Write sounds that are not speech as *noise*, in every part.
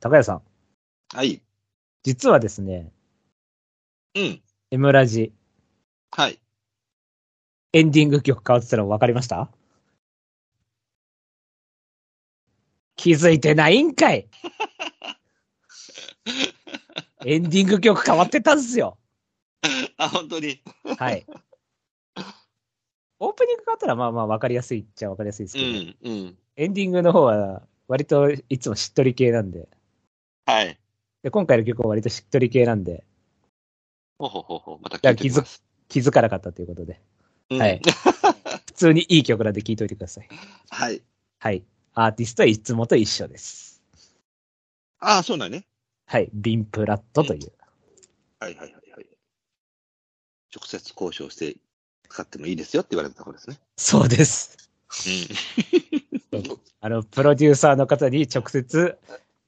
高谷さん、はい。実はですね、うん。エムラジ、はい。エンディング曲変わってたの分かりました気づいてないんかい *laughs* エンディング曲変わってたんすよ。あ、本当に。はい。オープニング変わったらまあまあ分かりやすいっちゃ分かりやすいですうけど、ん、うん。エンディングの方は割といつもしっとり系なんで、はい。で今回の曲も割としっとり系なんで、ほうほうほうほう。また聞いてみます。気づかなかったということで、うんはい。普通にいい曲なんで聴いといてください。 *laughs* はい。はい。アーティストはいつもと一緒です。あ、そうだね。はい。ビンプラットという。はいはいはいはい。直接交渉して使ってもいいですよって言われたところですね。そうです。あの、プロデューサーの方に直接、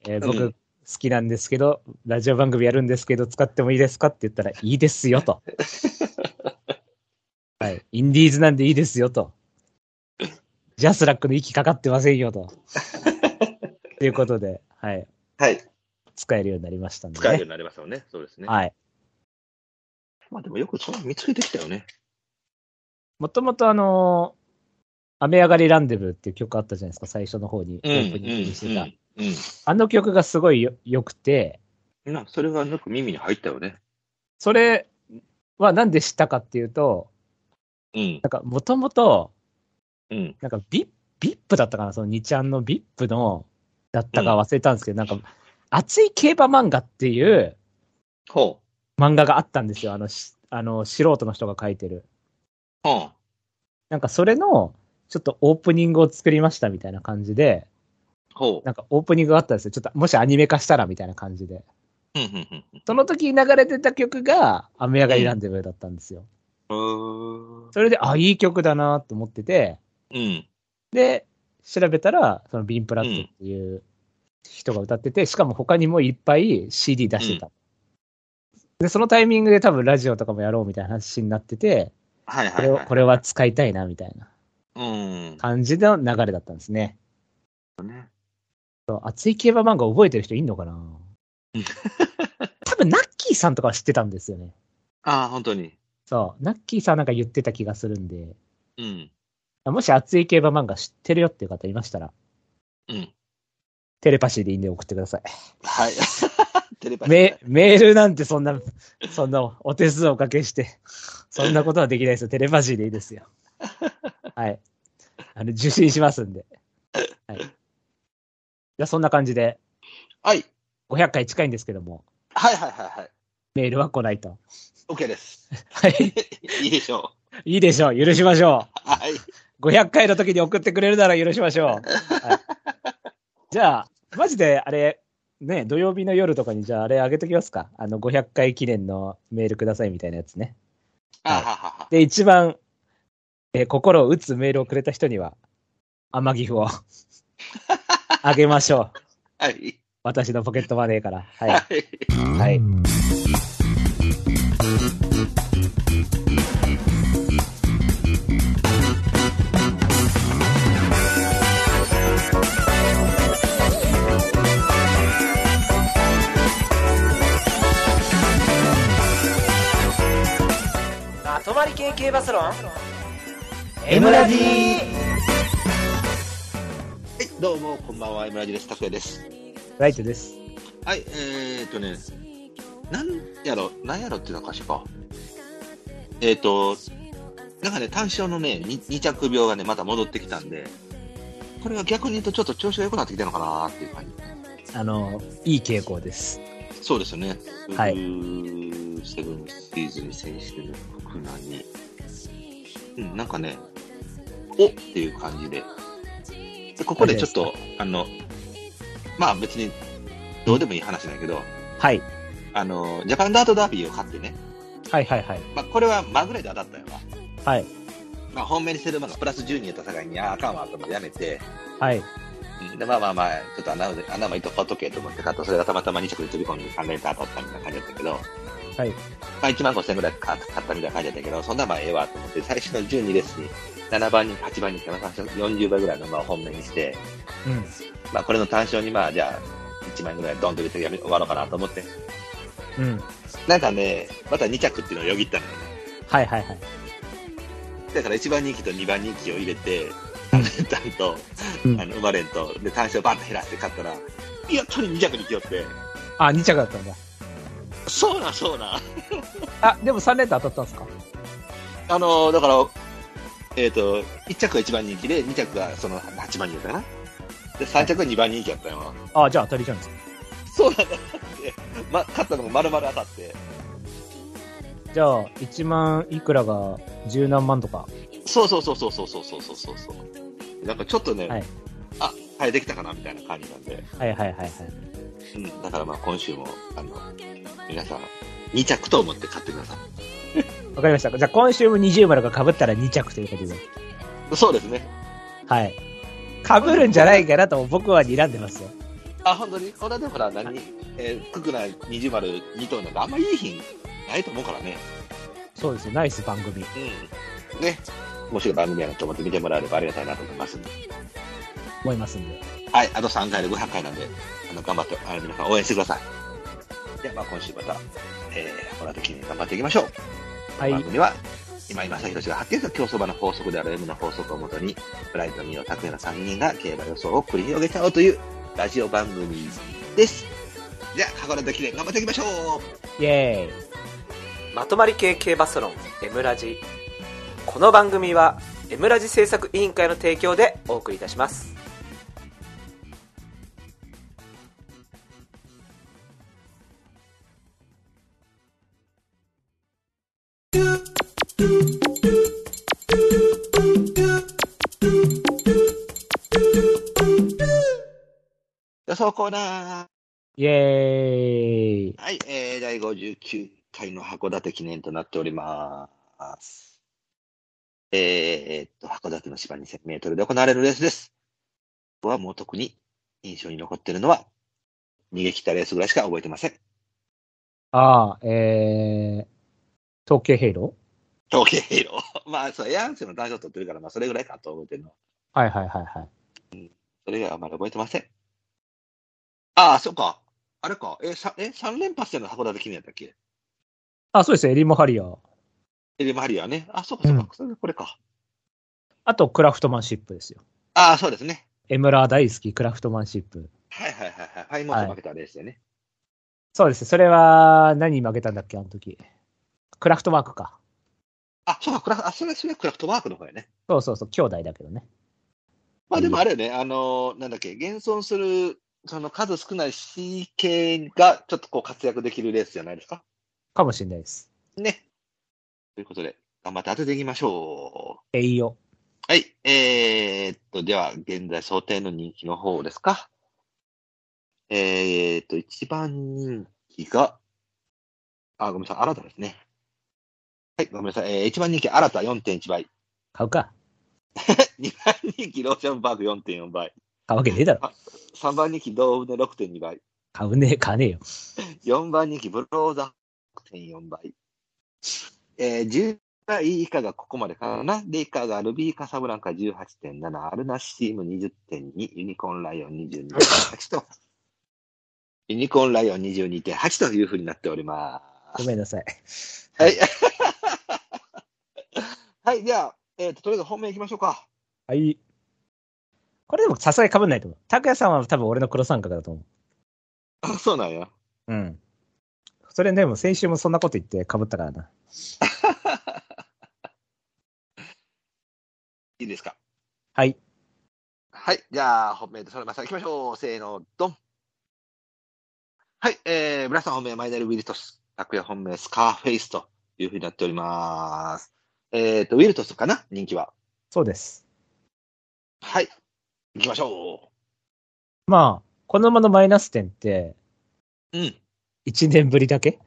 えーう僕ん好きなんですけど、ラジオ番組やるんですけど、使ってもいいですかって言ったら、いいですよ *laughs* と。はい。インディーズなんでいいですよと。ジャスラックの息かかってませんよと。 *laughs* ということで、はい。はい。使えるようになりましたんで、ね。使えるようになりますよね。そうですね。はい。まあでもよくそんな見つけてきたよね。もともとあのー雨上がりランデブーっていう曲あったじゃないですか、最初の方に、オープニングにしてた。うあの曲がすごいよ良くて、ん。な、それがよく耳に入ったよね。それはなんで知ったかっていうと、うんな。んかもともと、うん。なんかビビップだったかな、その2ちゃんのビップの、だったか忘れたんですけど、なんか、熱い競馬漫画っていうほ漫画があったんですよ、あの、しあの素人の人が書いてる。う。ほなんかそれの、ちょっとオープニングを作りましたみたいな感じで、う。ほう。なんかオープニングがあったんですよ。ちょっと、もしアニメ化したらみたいな感じで。うんうんうんうんその時流れてた曲が、雨上がりランデブーだったんですよ。うそれで、あ、いい曲だなと思ってて、ん。で、調べたら、そのビンプラットっていう人が歌ってて、しかも他にもいっぱい CD 出してた。で、そのタイミングで多分ラジオとかもやろうみたいな話になってて、はいはこいれをはい。これは使いたいなみたいなうん。感じの流れだったんですね。ねそう熱い競馬漫画覚えてる人いんのかな *laughs* 多分、ナッキーさんとかは知ってたんですよね。ああ、本当に。そう、ナッキーさんなんか言ってた気がするんで、うん。もし熱い競馬漫画知ってるよっていう方いましたら、うん。テレパシーでいいんで送ってください。はい。 *laughs* テレパシーメメールなんてそんな、そんなお手数おかけして、そんなことはできないですよ。テレパシーでいいですよ。はい。あの、受信しますんで。はい。じゃあそんな感じで、はい。 500回近いんですけども、はいはいはいはい。メールは来ないと。 OK です。 *laughs* はい。いいでしょう。 *laughs* いいでしょう。許しましょう。はい。 500回の時に送ってくれるなら許しましょう。はいじゃあ、マジであれ、ね、土曜日の夜とかに、じゃああれあげときますか。あの、500回記念のメールくださいみたいなやつね。あははは。で、一番、えー心を打つメールをくれた人には、天岐 *laughs* 阜をあげましょう。はい。私のポケットマネーから。はい。はい。はい。まとまり系系バスロン M ラジどうも、こんばんは。村地です。拓也です。ライトです。はい。えーっとね、なんやろ、なんやろっていうのかしら。えーっと、なんかね、単勝のね、に二着病がね、また戻ってきたんで、これが逆に言うとちょっと調子が良くなってきたのかなっていう感じ。あの、いい傾向です。そうですよね。はいセブンシリーズに選手の国内に。うん、なんかね、おっていう感じで。でここでちょっと、あの、まあ別にどうでもいい話だけど、はい。あの、ジャパンダートダービーを勝ってね、はいはいはい。まあこれはまぐれで当たったよな。はい。まあ本命にセルマがプラス12やった境に、ああ、あかんわと思ってやめて、はい。うんで、まあまあまあ、ちょっと穴で、穴も糸買っとけと思って買った、それがたまたま2着で飛び込んで3連単当たったみたいな感じだったけど、はい。まあ、1万5000円ぐらい買ったみたいな感じだったけど、そんなまあええわと思って、最初の12レースに、7番に、8番に、40倍ぐらいの馬を本命にして、うん。まあ、これの単勝に、まあ、じゃあ、 8枚ぐらいドンと入れてやめ終わろうかなと思って。うん。なんかね、また2着っていうのをよぎったのよね。はいはいはい。だから1番人気と2番人気を入れて、あの、タンと、うんあの、生まれんと、で、単勝バンと減らして買ったら、いや、とに2着に来よって、あ、2着だったんだ。そうなん、そうなん。あ、でも3連単当たったんですかあの、だから、えっ、と、1着が1番人気で、2着がその8番人気だったかな。で、3着が2番人気だったよ。あ、じゃあ当たりじゃないですか。そうなんだって、ま、勝ったのが丸々当たって、じゃあ、1万いくらが十何万とか。そうそうそうそうそうそうそうそうそう。なんかちょっとね、はいあ、変えてきたかなみたいな感じなんで、はいはいはいはい。うん、だからまあ今週も、あの、皆さん、2着と思って買ってくださわかりました。じゃあ今週も20丸が被ったら2着ということで。い。そうですね。はい。被るんじゃないかなと僕は睨んでますよ。あ、本当にこれでほら、何、えー、ククナ20丸2頭なんかあんまいい品ないと思うからね。そうですよ。ナイス番組。うん。ね。もしろ番組やなと思って見てもらえればありがたいなと思いますんで。思いますんで。はい、あと3回で500回なんで、あの、頑張って、あの、皆さん応援してください。では、まあ、今週また、えー、この後記念頑張っていきましょう。はい。番組は、今井正宏が発見した競走馬の法則である M の法則をもとに、ブライト、ミオ、拓也の3人が競馬予想を繰り広げちゃおうというラジオ番組です。じゃあ、箱根と記念頑張っていきましょうイェーイ。まとまり系系バスロン「エムラジ」この番組は「エムラジ」制作委員会の提供でお送りいたします予想コーナーイェーイ。はい、えー、第59回の函館記念となっております。えー、えーっと、函館の芝2000メートルで行われるレースです。僕はもう特に印象に残ってるのは、逃げ切ったレースぐらいしか覚えてません。ああ、えー、東京ヘイロ東京ヘイロー。 *laughs* まあ、そう、エアンスの男女取ってるから、まあ、それぐらいかと思ってるの。ーはいはいはいはい。それ以外はまだ覚えてません。ああ、そうか。あれか。え、さえ3連発での函館記念やったっけあ、そうですよ。エリモハリアー。エリマハリアね。あ、そうか、そうか。それこれか。あと、クラフトマンシップですよ。ああ、そうですね。エムラー大好き、クラフトマンシップ。はいはいはいはい。ファイモンと負けたレースでね。そうです。それは、何に負けたんだっけ、あの時。クラフトワークか。あ、そうか、クラフあそれそれはクラフトワークの方やね。そうそうそう、兄弟だけどね。まあでもうんあれよね、あの、なんだっけ、現存する、その数少ない CK がちょっとこう活躍できるレースじゃないですか。かもしれないです。ね。ということで、頑張って当てていきましょう。栄養。はい。えー、っと、では、現在想定の人気の方ですか。えー、っと、一番人気が、あ、ごめんなさい、新たですね。はい、ごめんなさい。えー、一番人気、新た4.1倍。買うか。二番人気、ローションバーグ4.4倍。買うわけねえだろ。 3番人気、ドームの6.2倍。買うねえ、買わねえよ。 4番人気、ブローザー6.4倍。えー、10倍以下がここまでかな。で、以下がルビーカサブランカ18.7、アルナシチーム20.2、ユニコーンライオン22.8と、 *laughs* ユニコーンライオン22.8というふうになっておりまごす。めんなさい。はい。はい、 *laughs* じゃあ、えーと、とりあえず本命いきましょうか。はい。これでもさすがに被んないと思う。拓也さんは多分俺の黒三角だと思あ、 *laughs* そうなんや。う。うん。それでも先週もそんなこと言って被ったからな。いいですか。はい。はい。じゃあ、本命とそれました。行きましょう。せーの、ドン。はい。えー、村さん本命、マイナル・ウィルトス。拓也本命、スカーフェイスというふうになっております。えーと、ウィルトスかな人気は。そうです。はい。行きましょまあ、この馬のマイナス点って、う。うん。 1年ぶりだけ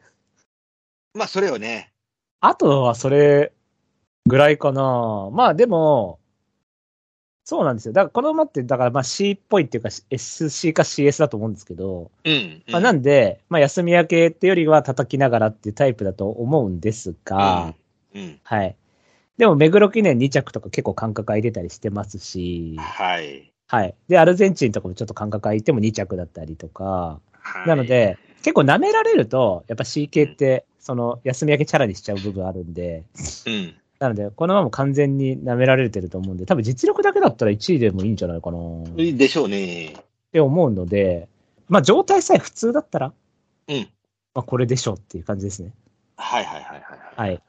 まあ、それよね。あとはそれぐらいかな。まあでも、そうなんですよ。だからこの馬って、だからまあ C っぽいっていうか SC か CS だと思うんですけど、うん。まあ、なんで、まあ休み明けってよりは叩きながらっていうタイプだと思うんですが、うん。うん。はい。でも、目黒記念2着とか結構間隔空いてたりしてますし、はい。はい。で、アルゼンチンとかもちょっと感覚空いても2着だったりとか、はいなの、で、結構舐められると、やっぱ CK って、その、休み明けチャラにしちゃう部分あるんで、うん。なので、このまま完全に舐められてると思うんで、多分実力だけだったら1位でもいいんじゃないかなっでしょうね。て思うので、まあ状態さえ普通だったら、うん。まあこれでしょうっていう感じですね。はいはいはいはい。はい、はい。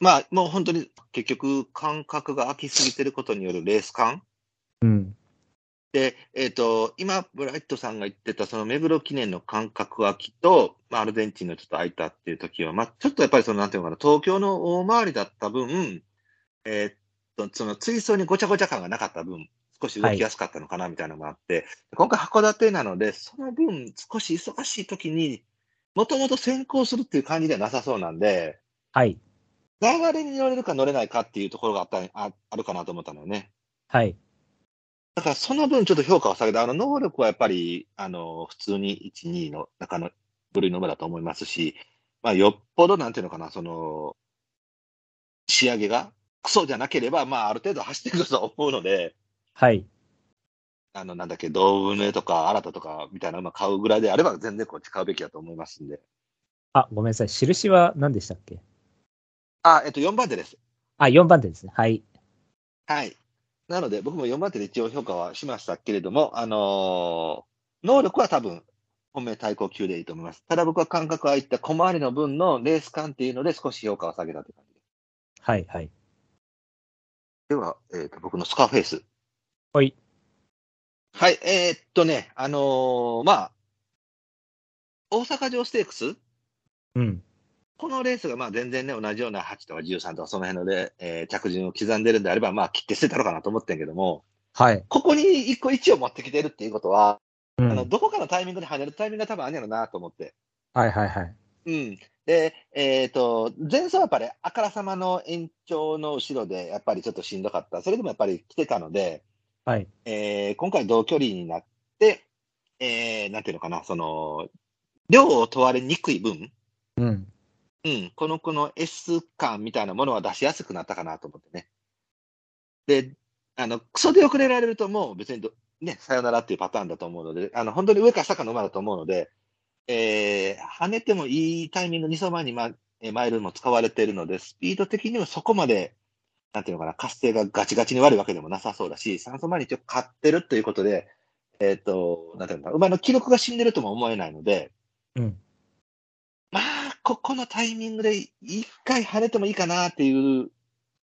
まあ、もう本当に結局、感覚が空きすぎてることによるレース感。うん。で、えっ、と、今、ブライトさんが言ってた、その目黒記念の感覚空きと、まあ、アルゼンチンのちょっと空いたっていう時は、まあ、ちょっとやっぱりその、なんていうのかな、東京の大回りだった分、えっと、その追走にごちゃごちゃ感がなかった分、少し動きやすかったのかな、みたいなのがあって、今回函館なので、その分、少し忙しい時に、もともと先行するっていう感じではなさそうなんで、はい。流れに乗れるか乗れないかっていうところがあったああるかなと思ったのよね。はい。だからその分ちょっと評価を下げた、あの能力はやっぱりあの普通に1、2の中の部類の馬だと思いますし、まあ、よっぽどなんていうのかな、その仕上げがクソじゃなければ、まあ、ある程度走ってくるとは思うので、はい。あのなんだっけ、ドウネとか新たとかみたいな馬買うぐらいであれば、全然こっち買うべきだと思いますんで。あ、ごめんなさい。印は何でしたっけあ、えっと、4番手です。あ、4番手ですね。はい。はい。なので、僕も4番手で一応評価はしましたけれども、あのー能力は多分、本命対抗級でいいと思います。ただ僕は感覚あいった小回りの分のレース感っていうので少し評価を下げたという感じです。はい。はい。では、えーと、僕のスカーフェイス。はい。はい、えーっとね、あのーまあ、大阪城ステークスうん。このレースがまあ全然ね、同じような8とか13とかその辺ので、えー着順を刻んでるんであれば、まあ切って捨てたのかなと思ってんけども、はい。ここに一個1を持ってきてるっていうことは、うあのん。どこかのタイミングで跳ねるタイミングが多分あるんやろなと思って。はいはいはい。うん、で、えっ、と、前走はやっぱりあからさまの延長の後ろでやっぱりちょっとしんどかった。それでもやっぱり来てたので、はい。えー今回同距離になって、えーなんていうのかな、その、量を問われにくい分、うん。うん、この子の S 感みたいなものは出しやすくなったかなと思ってね。で、あの、クソで遅れられるともう別にどね、さよならっていうパターンだと思うので、あの、本当に上か下かの馬だと思うので、えー跳ねてもいいタイミング、2走前に、ま、えーマイルも使われているので、スピード的にもそこまで、なんていうのかな、活性がガチガチに悪いわけでもなさそうだし、3走前に一応勝ってるということで、えっ、と、なんていうのかな、馬の記録が死んでるとも思えないので、うん。まあ、ここのタイミングで一回跳ねてもいいかなっていう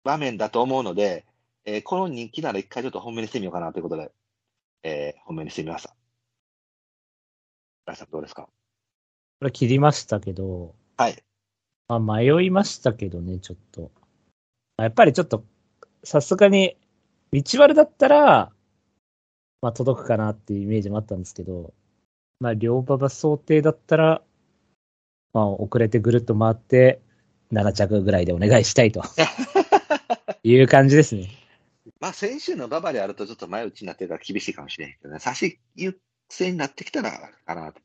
場面だと思うので、えーこの人気なら一回ちょっと本命にしてみようかなということで、えー本命にしてみました。ライさんどうですかこれ切りましたけど、はい。まあ、迷いましたけどね、ちょっと。まあやっぱりちょっと、さすがに、道割れだったら、まあ、届くかなっていうイメージもあったんですけど、まあ、両馬場想定だったら、まあ、遅れてぐるっと回って、7着ぐらいでお願いしたいという感じですね。まあ、先週の馬場であるとちょっと前打ちになってるから厳しいかもしれないけどね、差し優勢になってきたらかなと。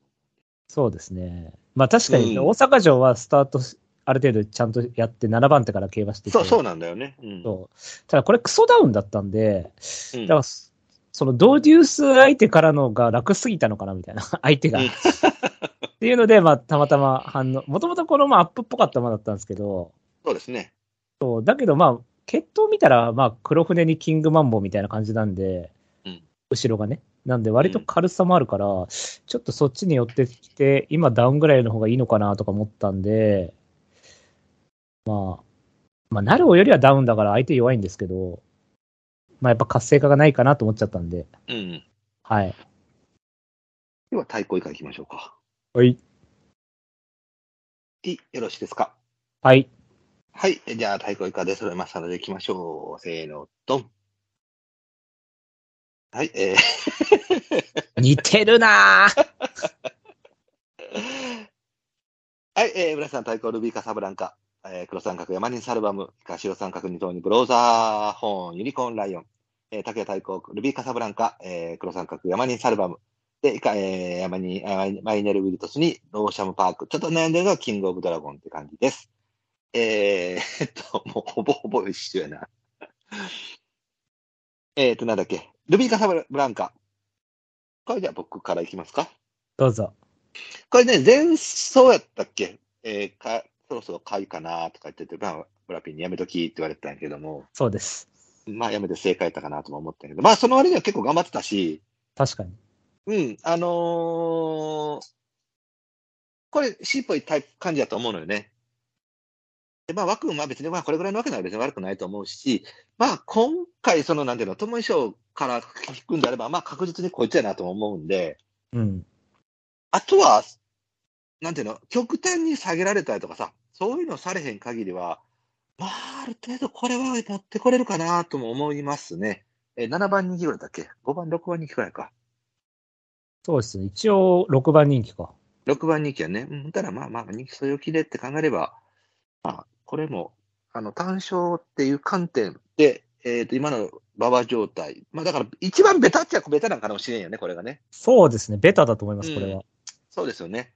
そうですね。まあ、確かに、うん大阪城はスタートし、ある程度ちゃんとやって、7番手から競馬しててそう、そうなんだよね。うん。そう。ただこれクソダウンだったんで、うんだからそ、そのドーデュース相手からのが楽すぎたのかなみたいな、 *laughs* 相手が。うっんていうので、まあ、たまたま反応、もともとこのまあアップっぽかった馬だったんですけど、そうですね。そうだけどまあ、決闘見たら、まあ、黒船にキングマンボウみたいな感じなんで、うん後ろがね。なんで、割と軽さもあるから、ちょっとそっちに寄ってきて、今ダウンぐらいの方がいいのかなとか思ったんで、まあ、まあ、なるおよりはダウンだから相手弱いんですけど、まあ、やっぱ活性化がないかなと思っちゃったんで、うん。はい。では、対抗以下行きましょうか。はい。いよろしいですか。 *laughs* はい。はい。えじゃあ、太鼓以下で揃えましたので、行きましょう。せーの、ドン。はい。え似てるなぁーはい。えー、村瀬さん、太鼓、ルビーカ、サブランカ、えー黒三角、山人サルバム、ヒカシロ三角二頭に、ブローザー、ホーン、ユニコーン、ライオン、えー、竹谷太鼓、ルビーカ、サブランカ、えー黒三角、山人サルバム、で、以下、えー、山人、あマイマイネル・ウィルトスに、ローシャム・パーク。ちょっと悩んでるのは、キング・オブ・ドラゴンって感じです。えー、 *laughs* えっと、もうほぼほぼ一緒やな。えっと、なんだっけ。ルビーカサブランカ。これじゃあ僕からいきますか。 *laughs* どうぞ。これね、前走やったっけえーか、そろそろ買いかなとか言ってて、まあ、ブラピンにやめときって言われてたんやけども、そうです。まあやめて正解やったかなとも思ったんやけど、まあその割には結構頑張ってたし、確かに。うん、あのーこれ C っぽいタイプ感じだと思うのよね。で、まあ枠は別に、まあこれぐらいの枠なら別に悪くないと思うし、まあ今回そのなんていうの、友衣賞から引くんであれば、まあ確実にこいつやなとも思うんで、うん。あとは、なんていうの、極端に下げられたりとかさ、そういうのされへん限りは、まあ、ある程度これは持ってこれるかなとも思いますね。えー、7番人気ぐらいだっけ ?5 番、6番人気ぐらいか。そうですね。一応、6番人気か。 6番人気やね。うん、たらまあまあ、人気そよきでって考えれば、まあ、これも、あの、単勝っていう観点で、えっ、と、今の馬場状態。まあ、だから、一番ベタっちゃベタなんかもしれんよね、これがね。そうですね。ベタだと思います、これうは。そうですよね。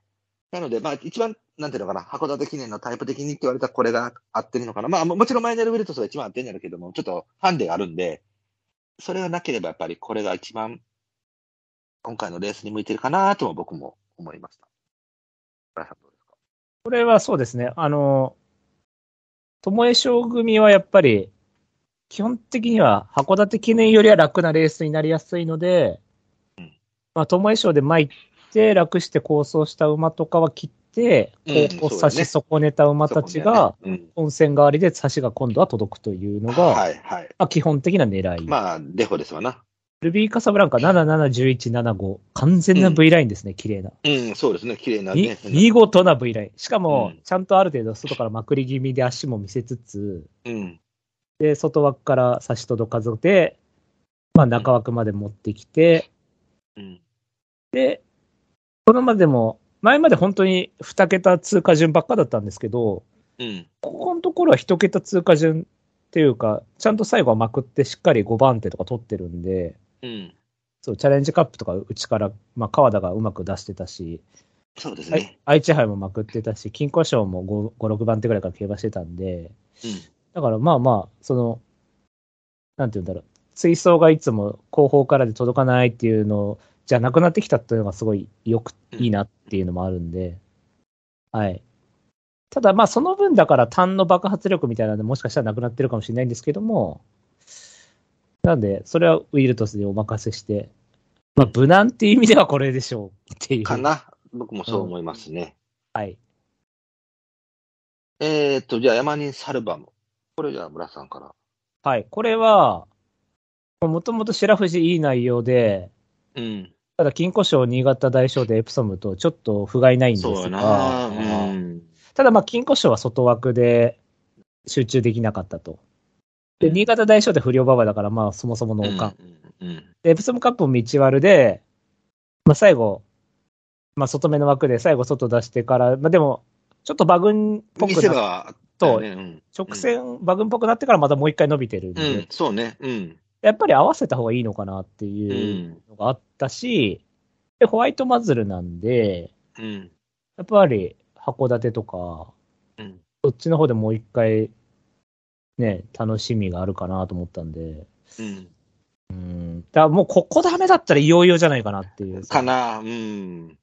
なので、まあ、一番、なんていうのかな、函館記念のタイプ的にって言われたらこれが合ってるのかな。まあ、ももちろんマイナル・ウィルトスが一番合ってるんやろうけども、ちょっとハンデがあるんで、それがなければやっぱりこれが一番、今回のレースに向いてるかなとも僕も思いました。原さんどうですかこれはそうですね。あの、巴賞組はやっぱり、基本的には函館記念よりは楽なレースになりやすいので、まあ、巴賞で参って、楽して構想した馬とかは切って、うんこう差そうだねし損ねた馬たちが、そこね本戦代わりで差しが今度は届くといううのん、が、はいはい。まあ、基本的な狙い。まあ、デフォですわな。ルビーカサブランカ771175、完全な V ラインですね、綺麗な。うん、そうですね、綺麗なみね。見事な V ライン。しかもう、んちゃんとある程度外からまくり気味で足も見せつつ、うん、で、外枠から差し届かずで、まあ中枠まで持ってきて、うん、で、このまでも、前まで本当に2桁通過順ばっかだったんですけど、うん、ここのところは1桁通過順っていうか、ちゃんと最後はまくってしっかり5番手とか取ってるんで、うん。そう、チャレンジカップとかうちから、まあ川田がうまく出してたし、そうですはいね。、愛知杯もまくってたし、金庫賞も 5, 5、6番手ぐらいから競馬してたんで、だからまあまあ、その、なんて言うんだろう、追走がいつも後方からで届かないっていうのじゃなくなってきたっていうのがすごいよく、うんいいなっていうのもあるんで、はい。ただまあその分だから単の爆発力みたいなのもしかしたらなくなってるかもしれないんですけども、なんで、それはウィルトスにお任せして、まあ無難っていう意味ではこれでしょうっていうん、う。かな。僕もそう思いますね。はい。えーっと、じゃあ、山人サルバム。これじゃあ、村さんから。はい。これは、もともと白藤いい内容で、うん。ただ金庫賞、新潟大賞でエプソムとちょっと不甲斐ないんですそうが、やな。うん。ただまあ金庫賞は外枠で集中できなかったと。で、新潟大賞で不良馬場だから、まあそもそものおかん。うん。うん。で、エプソムカップも道割るで、まあ最後、まあ外目の枠で最後外出してから、まあでも、ちょっとバグンっぽ見くせな、場あったよとね、うん。直線バグンっぽくなってからまたもう一回伸びてるんうで、ん、そうね。うん。やっぱり合わせた方がいいのかなってういう。ん。のがあったし、でホワイトマズルなんで、うん。やっぱり函館とか、うん。そっちの方でもう一回、ね、楽しみがあるかなと思ったんで、うん。うん、だからもうここダメだったらいよいよじゃないかなっていう。かな。うん。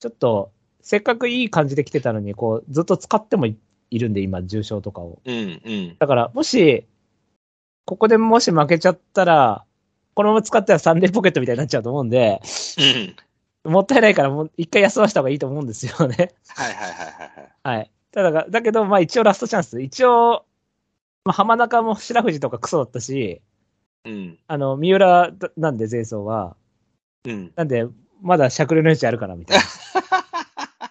ちょっと、せっかくいい感じで来てたのに、こう、ずっと使ってもいいるんで、今、重症とかを。うん。うん。だから、もし、ここでもし負けちゃったら、このまま使ったらサンデーポケットみたいになっちゃうと思うんで、うん。もったいないから、もう一回休ませた方がいいと思うんですよね。はいはいはいはいはい。はい。ただが、だけど、まあ一応ラストチャンス。一応、まあ、浜中も白藤とかクソだったし、うん。あの、三浦だなんで前走は、うん。なんで、まだしゃくれの余地あるから、みたいな。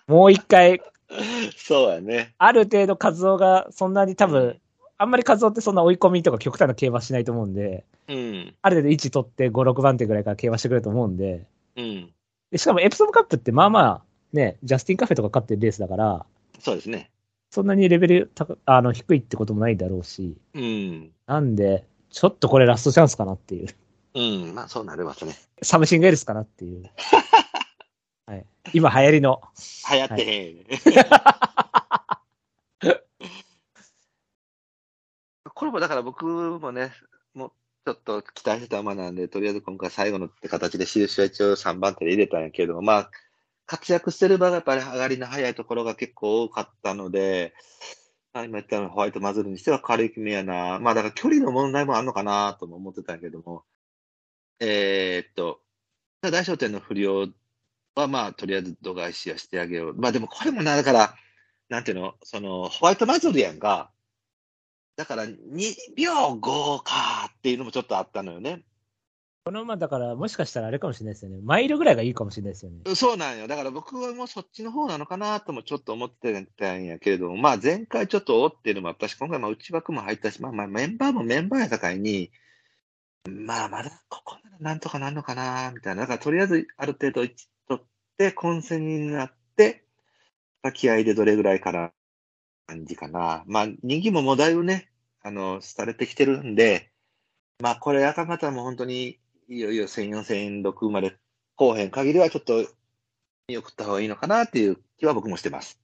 もう一回、 *laughs* そうやね。ある程度活動がそんなに多分、あんまり活動ってそんな追い込みとか極端な競馬しないと思うんで、うん。ある程度位置取って5、6番手ぐらいから競馬してくれると思うんで、うん。でしかもエプソムカップってまあまあ、ね、ジャスティンカフェとか勝ってるレースだから、そうですね。そんなにレベル高あの低いってこともないだろうし、うん。なんで、ちょっとこれラストチャンスかなっていう。うん。まあ、そうなりますね。サムシングエルスかなって *laughs* いう。はい、今流行りの。流行ってへん。 *laughs* これもだから僕もね、もうちょっと期待してた馬なんで、とりあえず今回最後のって形で印は一応3番手で入れたんやけど、まあ、活躍してる場がやっぱり上がりの早いところが結構多かったので、まあ、今言ったのホワイトマズルにしては軽い決めやな。まあだから距離の問題もあるのかなとも思ってたんやけども。えーっと、ただ大商店の不良はまあとりあえず度外視はしてあげよう。まあでもこれもな、だから、なんていうの、そのホワイトマズルやんか。だから2秒5かっていうのもちょっとあったのよね。この馬だから、もしかしたらあれかもしれないですよね。マイルぐらいがいいかもしれないですよね。そうなんよ。だから僕はもうそっちの方なのかなともちょっと思ってたんやけれども、まあ前回ちょっと追ってるのもあったし、今回まあ内枠も入ったし、まあまあメンバーもメンバーやさかいに、まあまだここならなんとかなんのかな、みたいな。だからとりあえずある程度一取って、混戦になって、気合でどれぐらいから感じかな。まあ人気ももうだいぶね、あの、廃れてきてるんで、まあこれ赤方も本当にいよいよ1004、1006まで後編限りはちょっと見送った方がいいのかなっていう気は僕もしてます。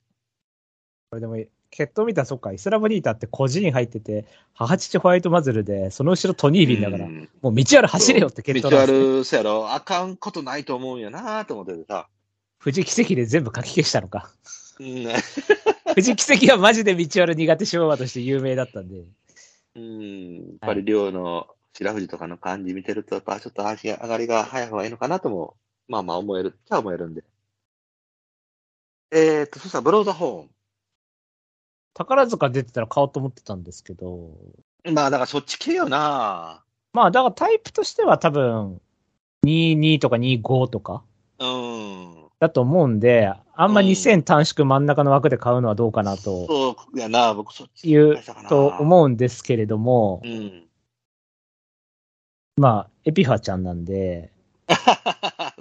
これでも、決闘見たらそっか、イスラムリーターって個人入ってて、母父ホワイトマズルで、その後ろトニービンだから、うんもう道ある走れよって決闘道なんあですよる、そやろ、あかんことないと思うんやなと思っててさ。富士奇跡で全部書き消したのか。 *laughs* うん、富士奇跡はマジで道ある苦手昭和として有名だったんで。うんやっぱり寮の白富士とかの感じ見てると、やっぱちょっと足上がりが早い方がいいのかなとも、まあまあ思えるっちゃ思えるんで。えー、っと、そしたらブローザホ宝塚出てたら買おうと思ってたんですけど、ーン。まあだからそっち系よなまあだからタイプとしては多分、22とか25とかうん。だと思うんで、あんまうん2000短縮真ん中の枠で買うのはどうかなとそうやな僕そっちいうしたかなと思うんですけれどもう、ん。まあエピファちゃんなんで、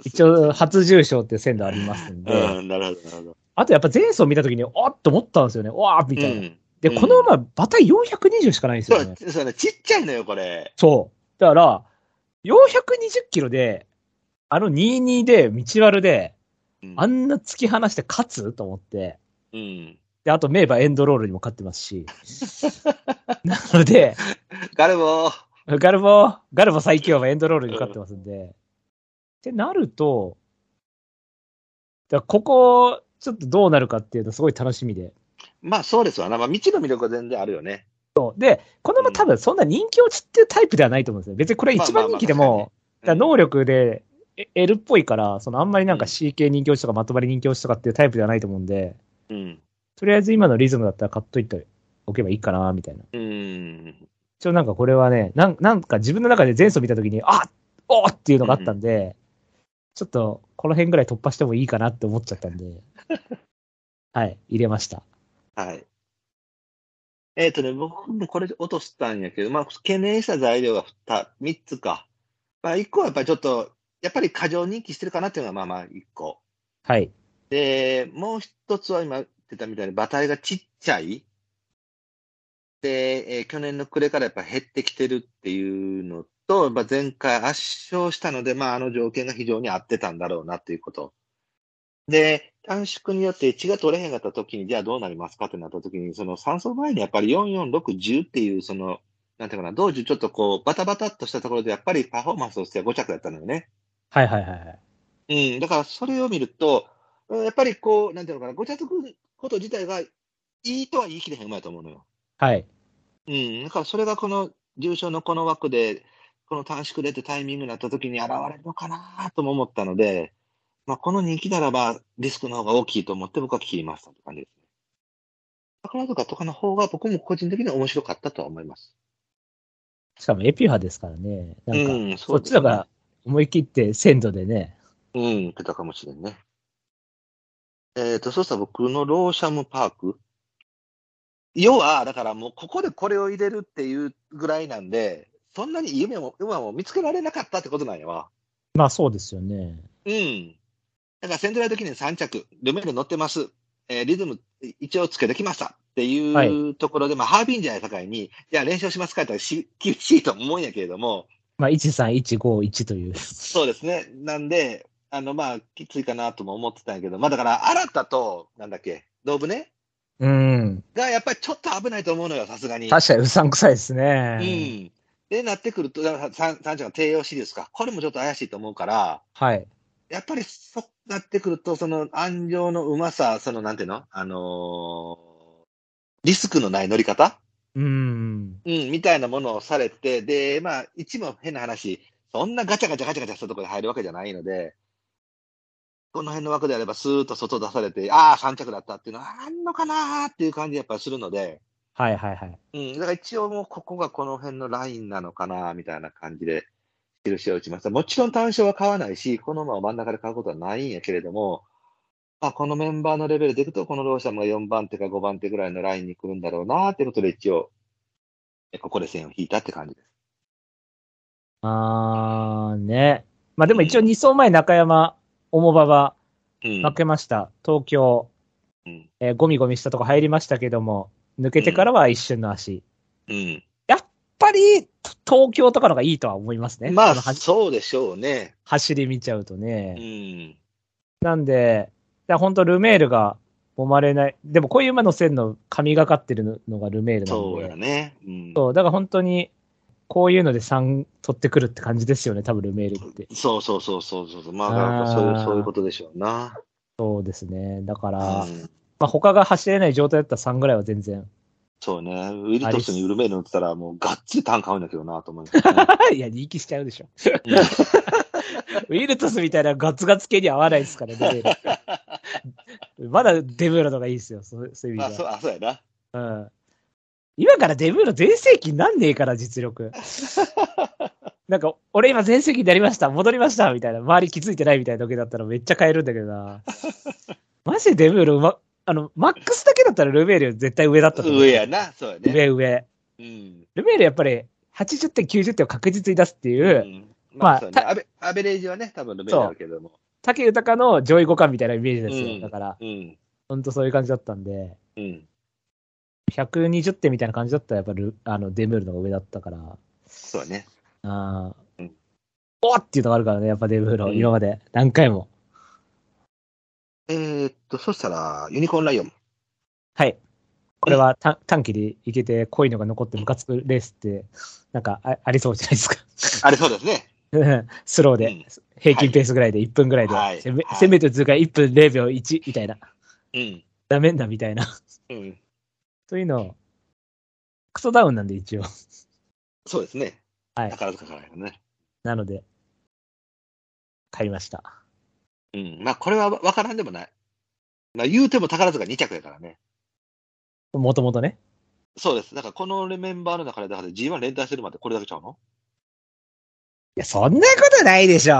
一応初重賞って鮮度ありますんで、うん、なるほど、なるほど。あとやっぱ前走見た時に、あっと思ったんですよね。わーみたいな。うんで、うんこの馬、馬体420しかないんですそよねう。、そうね、ちっちゃいのよ、これ。そう。だから、420キロで、あの22で、道割るで、うんあんな突き放して勝つと思って、うん。で、あと名馬エンドロールにも勝ってますし。 *laughs* なので、ガルボー。ガルボ、ガルボ最強はエンドロールに勝ってますんで。ってなると、だからここ、ちょっとどうなるかっていうのすごい楽しみで。まあ、そうですわな。まあ、道の魅力は全然あるよね。このまま多分そんな人気落ちっていうタイプではないと思うんですよ。別にこれ一番人気でまあまあまあも、だから能力でえ L っぽいから、そのあんまりなんか CK 人形師とかまとまり人形師とかっていうタイプではないと思うんで、うん。とりあえず今のリズムだったら買っといておけばいいかな、みたいな。うん。一応なんかこれはね、なんなんか自分の中で前走見たときに、あおーっていうのがあったんで、ちょっとこの辺ぐらい突破してもいいかなって思っちゃったん *laughs* で、はい、入れました。はい。えっ、とね、僕もこれ落としたんやけど、まあ、懸念した材料が2、3つか。まあ、1個はやっぱりちょっと、やっぱり過剰人気してるかなっていうのが、まあまあ、1個。はい。で、もう一つは今言ってたみたいに、馬体がちっちゃい。で、えー去年の暮れからやっぱ減ってきてるっていうのと、やっぱ前回圧勝したので、まあ、あの条件が非常に合ってたんだろうなっていうこと。で、短縮によって血が取れへんかった時に、じゃあどうなりますかってなった時に、その3走前にやっぱり4、4、6、10っていう、その、なんていうかな、道中ちょっとこう、バタバタっとしたところで、やっぱりパフォーマンスとしては5着だったのよね。はいはいはいはい。うん、だからそれを見ると、うんやっぱりこう、なんていうのかな、ごちゃつくこと自体がいいとは言い切れへんうまいと思うのよ。はい。うん、だからそれがこの重症のこの枠で、この短縮でってタイミングになった時に現れるのかなとも思ったので、まあ、この人気ならばリスクの方が大きいと思って僕は切りましたって感じですね。宝塚とかの方が僕も個人的には面白かったとは思います。しかもエピファですからね。なんか、うん、そっちだから思い切って鮮度でね、うん、出たかもしれんね。えっ、と、そうしたら僕のローシャムパーク。要は、だからもうここでこれを入れるっていうぐらいなんで、そんなに夢も、今も見つけられなかったってことなんやわ。まあそうですよね。うん。だからセントラル的に3着、ルメール乗ってます。えーリズム一応つけてきました。ってはいいうところで、まあ、ハービンジャーや境に、じゃあ連勝しますかって言ったらし厳しいと思うんやけれども、まあ13151という。そうですね。なんで、あの、まあ、きついかなとも思ってたんやけど、まあ、だから、新たと、なんだっけ、動物ね、うん。が、やっぱりちょっと危ないと思うのよ、さすがに。確かにうさんくさいですうね。ん。で、なってくると、だからさんさんちゃんが低用シリウスか。これもちょっと怪しいと思うから、はい。やっぱりそうなってくると、その、安城のうまさ、その、なんていうのあのーリスクのない乗り方うーん。うん、みたいなものをされて、で、まあ、一も変な話、そんなガチャガチャガチャガチャしたところに入るわけじゃないので、この辺の枠であれば、スーッと外出されて、ああ、3着だったっていうのは、あんのかなーっていう感じやっぱするので、はいはいはい。うん、だから一応もうここがこの辺のラインなのかな、みたいな感じで、印を打ちました。もちろん単勝は買わないし、この馬を真ん中で買うことはないんやけれども、まあ、このメンバーのレベルでいくと、このローシャムが4番手か5番手ぐらいのラインに来るんだろうな、ってことで一応、えここで線を引いたって感じです。あー、ね。まあでも一応2走前中山、重馬場、うん。負けました。東京、うん。えーゴミゴミしたとこ入りましたけども、抜けてからは一瞬の足。やっうん。ぱり、と東京とかのがいいとは思いますね。まこのあ、はそうでしょうね。走り見ちゃうとね。うん。なんで、だから本当ルメールが揉まれない。でもこういう馬乗せるの、神がかってるのがルメールなんで。そうやね。うん。そうだから本当に、こういうので3取ってくるって感じですよね、多分ルメールって。そうそうそうそうそう。まあ、だからそうあーそういうことでしょうな。そうですね。だから、うんまあ、他が走れない状態だったら3ぐらいは全然。そうね。ウィルトスにウルメール乗ってたら、もうがっつり単買うんだけどなと思います、 *laughs* *laughs* いや、人気しちゃうでしょ。ね。ウィルトスみたいなガツガツ系に合わないですから、ルメー *laughs* ル。まだデブーロのがいいですよ、そうそういう意うん、あ味でそうは。あ、そうやな。うん、今からデブーロ全盛期になんねえから、実 *laughs* 力。なんか、俺今全盛期になりました、戻りました、みたいな。周り気づいてないみたいな時だったらめっちゃ買えるんだけど *laughs* な。マジでデブーロ、ま、あの、マックスだけだったらルメールより絶対上だったと思う。上やな。そうやね。上上。うん。ルメールやっぱり80点、90点を確実に出すっていうう、んままあ、あそうやねアベアベレージはね、多分ルメールだけども。武豊の上位互換みたいなイメージですよ。うんだから、うん。ほんとそういう感じだったんで、うん。 120点みたいな感じだったら、やっぱルあのデムールの方が上だったから、そうやね。あーうんおーっていうのがあるからね、やっぱデムール、うん今まで何回も。えー、っと、そしたら、ユニコーンライオン。はい。これは短短期でいけて、濃いのが残ってムカつくレースって、なんかあありそうじゃないですか。 *laughs* あれ、そうですね。スローで、うん平均ペースぐらいで、1分ぐらいで、はい1000メはい1000メートル通過1分0秒1みたいな、うん。ダメんだみたいな。うん。というのを、クソダウンなんで一応。 *laughs* そうですね。はい宝塚からやね。なので、買いました。うん。まあ、これはわからんでもない。まあ、言うても宝塚2着やからね。もともとね。そうです。だから、このメンバーの中で、だから G1 連帯してるまでこれだけちゃうのいや、そんなことないでしょ。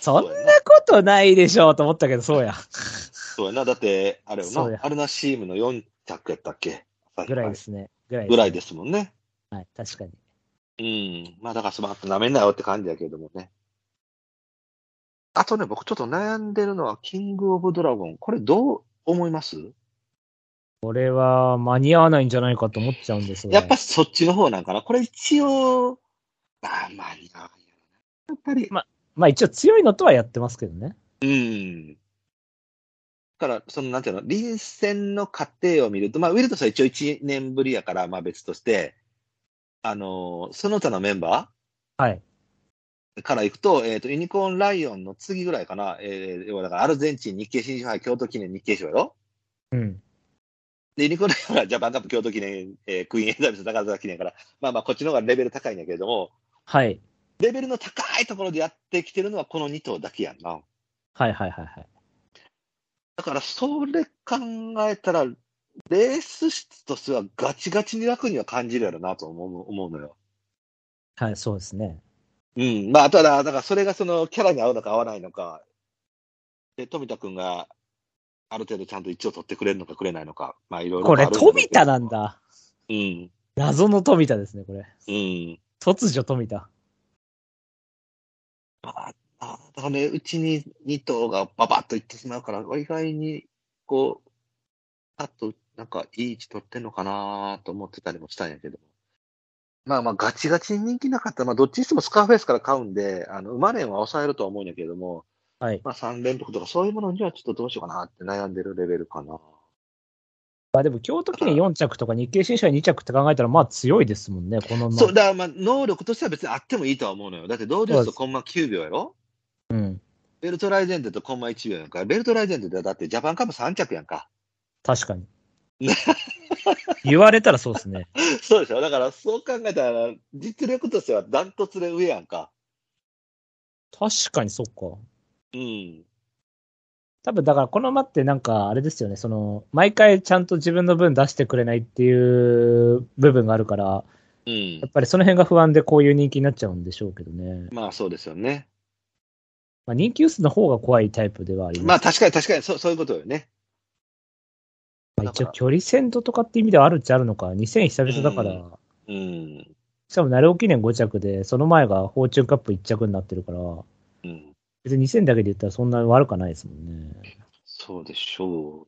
そんなことないでしょと思ったけど、そうや。 *laughs* そうやな。だって、あれよそうなや。アルナシームの4着やったっけぐらいで。すね。ぐらいぐらいでですもんね。す。はい、確かに。うん。まあ、だから、その、なめんなよって感じやけれどもね。あとね、僕ちょっと悩んでるのは、キングオブドラゴン。これどう思いますこれは間に合わないんじゃないかと思っちゃうんですがやっぱそっちの方なんかな。これ一応、まあまあいいな。やっぱり、まあ一応強いのとはやってますけどね。うん。だから、その、なんていうの、臨戦の過程を見ると、まあ、ウィルトスは一応1年ぶりやから、まあ別として、あのーその他のメンバはい。ーからいくと、えっ、と、ユニコーンライオンの次ぐらいかな、えー、要はだからアルゼンチン日系新種杯京都記念日系賞やろうん。で、ユニコーンライオンはジャパンカップ京都記念、えークイーンエリザベス高田記念から、まあまあ、こっちの方がレベル高いんだけれども、はい。レベルの高いところでやってきてるのはこの2頭だけやんな。はいはいはいはい。だから、それ考えたら、レース室としてはガチガチに楽には感じるやろなと思う思うのよ。はい、そうですね。うん。まあ、ただ、だからそれがそのキャラに合うのか合わないのか、で、富田くんがある程度ちゃんと一応取ってくれるのかくれないのか、まあ、いろいろ。これ、富田なん。だ。うん。謎の富田ですね、これ。うん。突如富田。ああだからね、うちに2頭がババッといってしまうから、意外に、こう、あと、なんか、いい位置取ってんのかなと思ってたりもしたんやけど。まあまあ、ガチガチに人気なかったら、まあ、どっちにしてもスカーフェイスから買うんで、あの、馬連は抑えるとは思うんやけども、はい。まあ、3連複とかそういうものにはちょっとどうしようかなって悩んでるレベルかな。まあでも、京都記念4着とか日経新社2着って考えたら、まあ強いですもんね、この馬そう、だからまあ、能力としては別にあってもいいとは思うのよ。だって、同僚そうでとすコンマ9秒やろうん、ベルトライゼンテとコンマ1秒やんか。ベルトライゼンテってだってジャパンカップ3着やんか。確 *laughs* かに。言われたらそうですね。そうでしょだから、そう考えたら、実力としてはダントツで上やんか。確かにそっか。うん。多分だからこの馬ってなんかあれですよね、その、毎回ちゃんと自分の分出してくれないっていう部分があるから、うんやっ。ぱりその辺が不安でこういう人気になっちゃうんでしょうけどね。まあ、そうですよね。まあ、人気薄の方が怖いタイプではありままあ、す。確かに確かに、そうそういうことよね。まあ、一応距離戦とかって意味ではあるっちゃあるのか、2000久々だから、うんうん。しかも鳴尾記念5着で、その前がフォーチュンカップ1着になってるから、うん。別に2000だけで言ったらそんな悪くはないですもんね。そうでしょ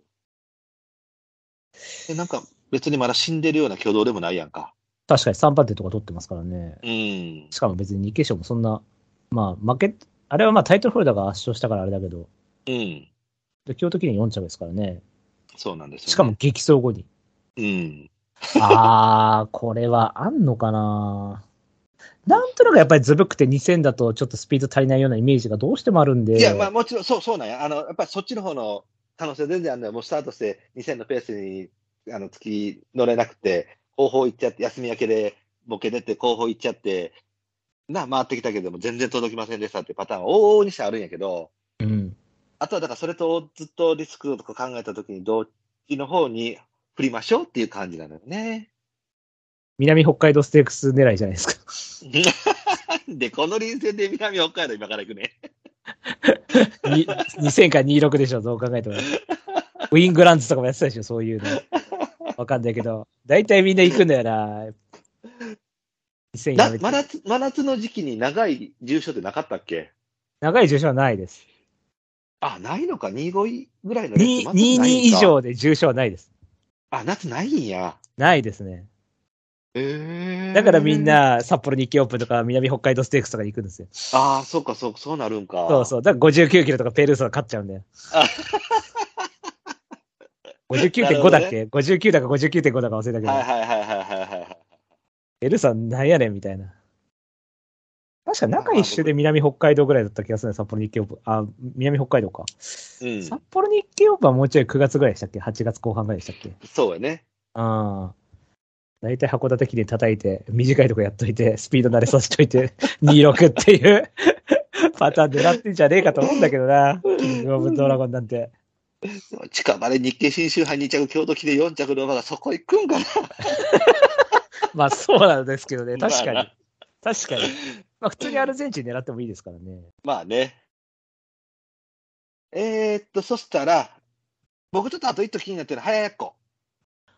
う。で、なんか、別にまだ死んでるような挙動でもないやんか。確かに3番手とか取ってますからね。うん。しかも別に日経賞もそんな、まあ負け、あれはまあタイトルホルダーが圧勝したからあれだけど、うん。で京都記念4着ですからね。そうなんですよ、ね。しかも、激走後に。うん。あー、これはあんのかななんとなくやっぱりずぶくて2000だとちょっとスピード足りないようなイメージがどうしてもあるんで。いや、まあ、もちろん、そう、そうなんや。あの、やっぱりそっちの方の可能性全然あるのよ。もうスタートして2000のペースに、あの、月乗れなくて、後方行っちゃって、休み明けでボケ出て、後方行っちゃって、な、回ってきたけども、全然届きませんでしたってパターンは往々にしてあるんやけど、うん。あとはだからそれとずっとリスクとか考えたときに、どっちの方に振りましょうっていう感じなのよね。 *laughs* 南北海道ステークス狙いじゃないですか。で、この臨戦で南北海道今から行くね。に2000から26でしょ、どう考えても。ウィングランズとかもやってたでしょ、そういうの。わかんないけど、大体みんな行くんだよな。2000やなめ真て。夏、真夏の時期に長い重症ってなかったっけ長い重賞はないです。あ、ないのか、25位ぐらいのにやつ夏22ないん以か上で重賞はないです。あ、夏ないんや。ないですね。へーだからみん。な、札幌日記オープンとか、南北海道ステークスとかに行くんですよ。ああ、そうか、そう、そうなるんか。そうそう。だから59キロとかペルーソが勝っちゃ *laughs* うんだよあ。 59.5だっけ、?59 だか59.5だか忘れたけど、はいはいはいはいはいはい。ペルーソなんやねんみたいな。確か中一周で南北海道ぐらいだった気がするね、札幌日記オープン。あ、南北海道か。うん、札幌日記オープンはもうちょい9月ぐらいでしたっけ ?8 月後半ぐらいでしたっけそうやね。ああ。大体函館記念叩いて、短いとこやっといて、スピード慣れさせといて、26っていう *laughs* パターンでなってんじゃねえかと思うんだけどな。キングオブドラゴンなんて。近場で日経新州杯2着、京都記で4着の馬がそこ行くんかな。まあそうなんですけどね。確かまあに。確かに。まあ普通にアルゼンチン狙ってもいいですからね。まあね。えー、っと、そしたら、僕ちょっとあと一頭気になってるのは、早やっこ。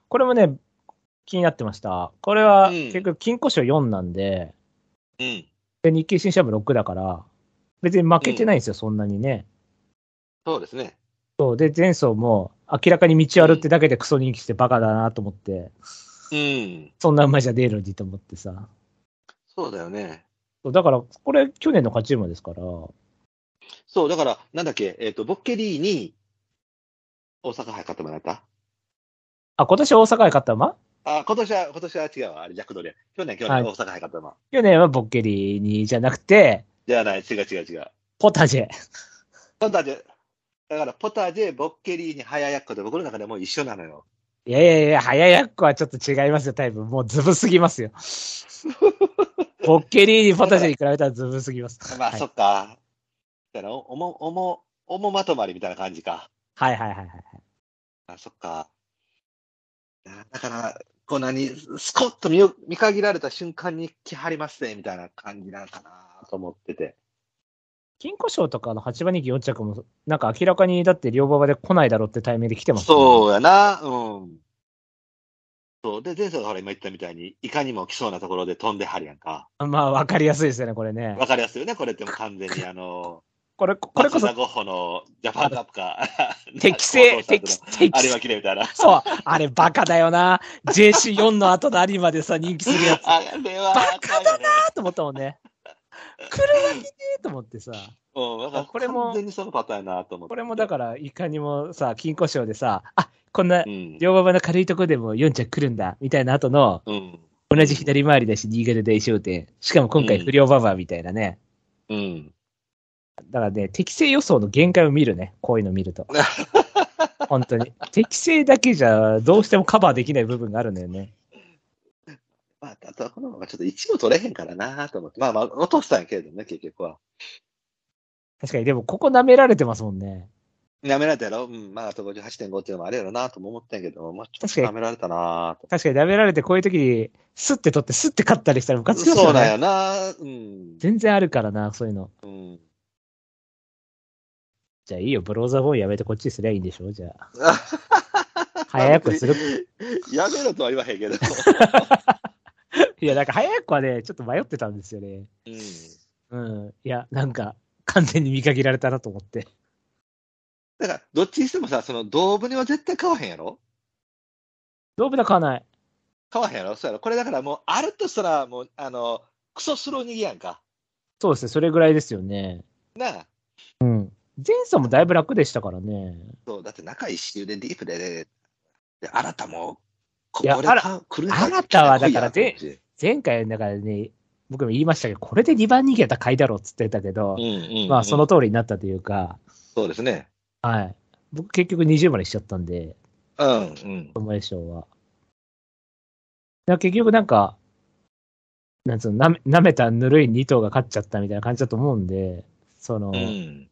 これもね、気になってました。これうはん結局金庫賞4なんで、うん。で日経新社部6だから、別に負けてないんですよ、そんなにね。そうですね。そう。で、前走も明らかに道を歩ってだけでクソ人気してバカだなと思って。うん。そんな馬じゃねえのにと思ってさ。そうだよね。そうだから、これ、去年の勝ち馬ですから、そう、だから、なんだっけ、えーっと、ボッケリーに、大阪杯買ってもらったあ、今年大阪へ勝った馬あ、今年は、今年は違うわ。あれ、ジャックドリア。去年、去は年、い大阪杯買ったの。去年はボッケリーにじゃなくて、じゃあない、違う違う違う。ポタジェ。ポタージェ、だから、ポタージェ、ボッケリーに早やっこで、僕の中でもう一緒なのよ。いやいやいや、早やっこはちょっと違いますよ、タイプ。もうズブすぎます *laughs* よ。ボッケリーにポタジェに比べたらズブすぎます。まあ、はいそっか。だから、おおも、おも、おもまとまりみたいな感じか。はいはいはいはい。あ、そっか。あだから、こう何、スコッと見よ見限られた瞬間に来はりますね、みたいな感じなのかなと思ってて。金庫賞とかの8番人気4着も、なんか明らかにだって両馬場で来ないだろうってタイミングで来てます、そうやな、うん。そう。で、前走がほら今言ったみたいに、いかにも来そうなところで飛んではるやんか。う。まあ、わかりやすいですよね、これね。わかりやすいよね、これってもう完全にあの、これ、これこそ松田ゴッホのジャパンカップか。 *laughs* 適 *laughs* 正、高校適生正。の有馬記念みたいな。そう、あれバカだよな。JC4 の後の有馬でさ、人気するやつ。バあれは、カだなと思ったもんね。車にねえと思ってさ、うん、だからこれも完全にそのパターンやなと思って。これもだから、いかにもさ、金庫賞でさ、あこんなうん。両馬場の軽いとこでも4着来るんだ、みたいな後の、うん。同じ左回りだし、新潟大商店。しかも今回不良ババアみたいなね。うん。だからね、適正予想の限界を見るね。こういうの見ると。本当に。適正だけじゃ、どうしてもカバーできない部分があるんだよね。まあ、あとはこのままちょっと一部取れへんからなと思って。まあまあ、落としたんやけれどね、結局は。確かに、でもここ舐められてますもんね。やめられたやろうん。まあ、あと58.5っていうのもあれやろなとも思ったんやけど、まあ、ちょっ確かとにやめられたなと。確かに舐められて、こういう時に、スッて取って、スッて勝ったりしたらムカつきますそようなんね。やなうん。全然あるからな、そういうの。うん。 *laughs* じゃあいいよ、ブローザーボーイやめてこっちにすりゃいいんでしょじゃあ。あ早くする。やめろとは言わへんけど。 *laughs* いや、なんか早くはね、ちょっと迷ってたんですよね。うん。うん。いや、なんか、完全に見限られたなと思って。だから、どっちにしてもさ、その、動物には絶対買わへんやろ動物は買わない。買わへんやろそうやろこれだからもう、あるとしたら、もう、あの、クソスロー逃げやんか。そうですね、それぐらいですよね。なあ。うん。前走もだいぶ楽でしたからね。そう、だって中一周でディープで、ね、で、新たも、こいやこであら買う来る新たはだからで来いや前回、だからね、僕も言いましたけど、これで2番人気だったら買いだろうっつってたけどこっ、ちうんうんうんまあその通りになったというか、そうですね。はい。僕結局20までしちゃったんで、うんうん。友江賞は。だから結局なんか、なんつうの、なめ舐めたぬるい2頭が勝っちゃったみたいな感じだと思うんで、その、うん。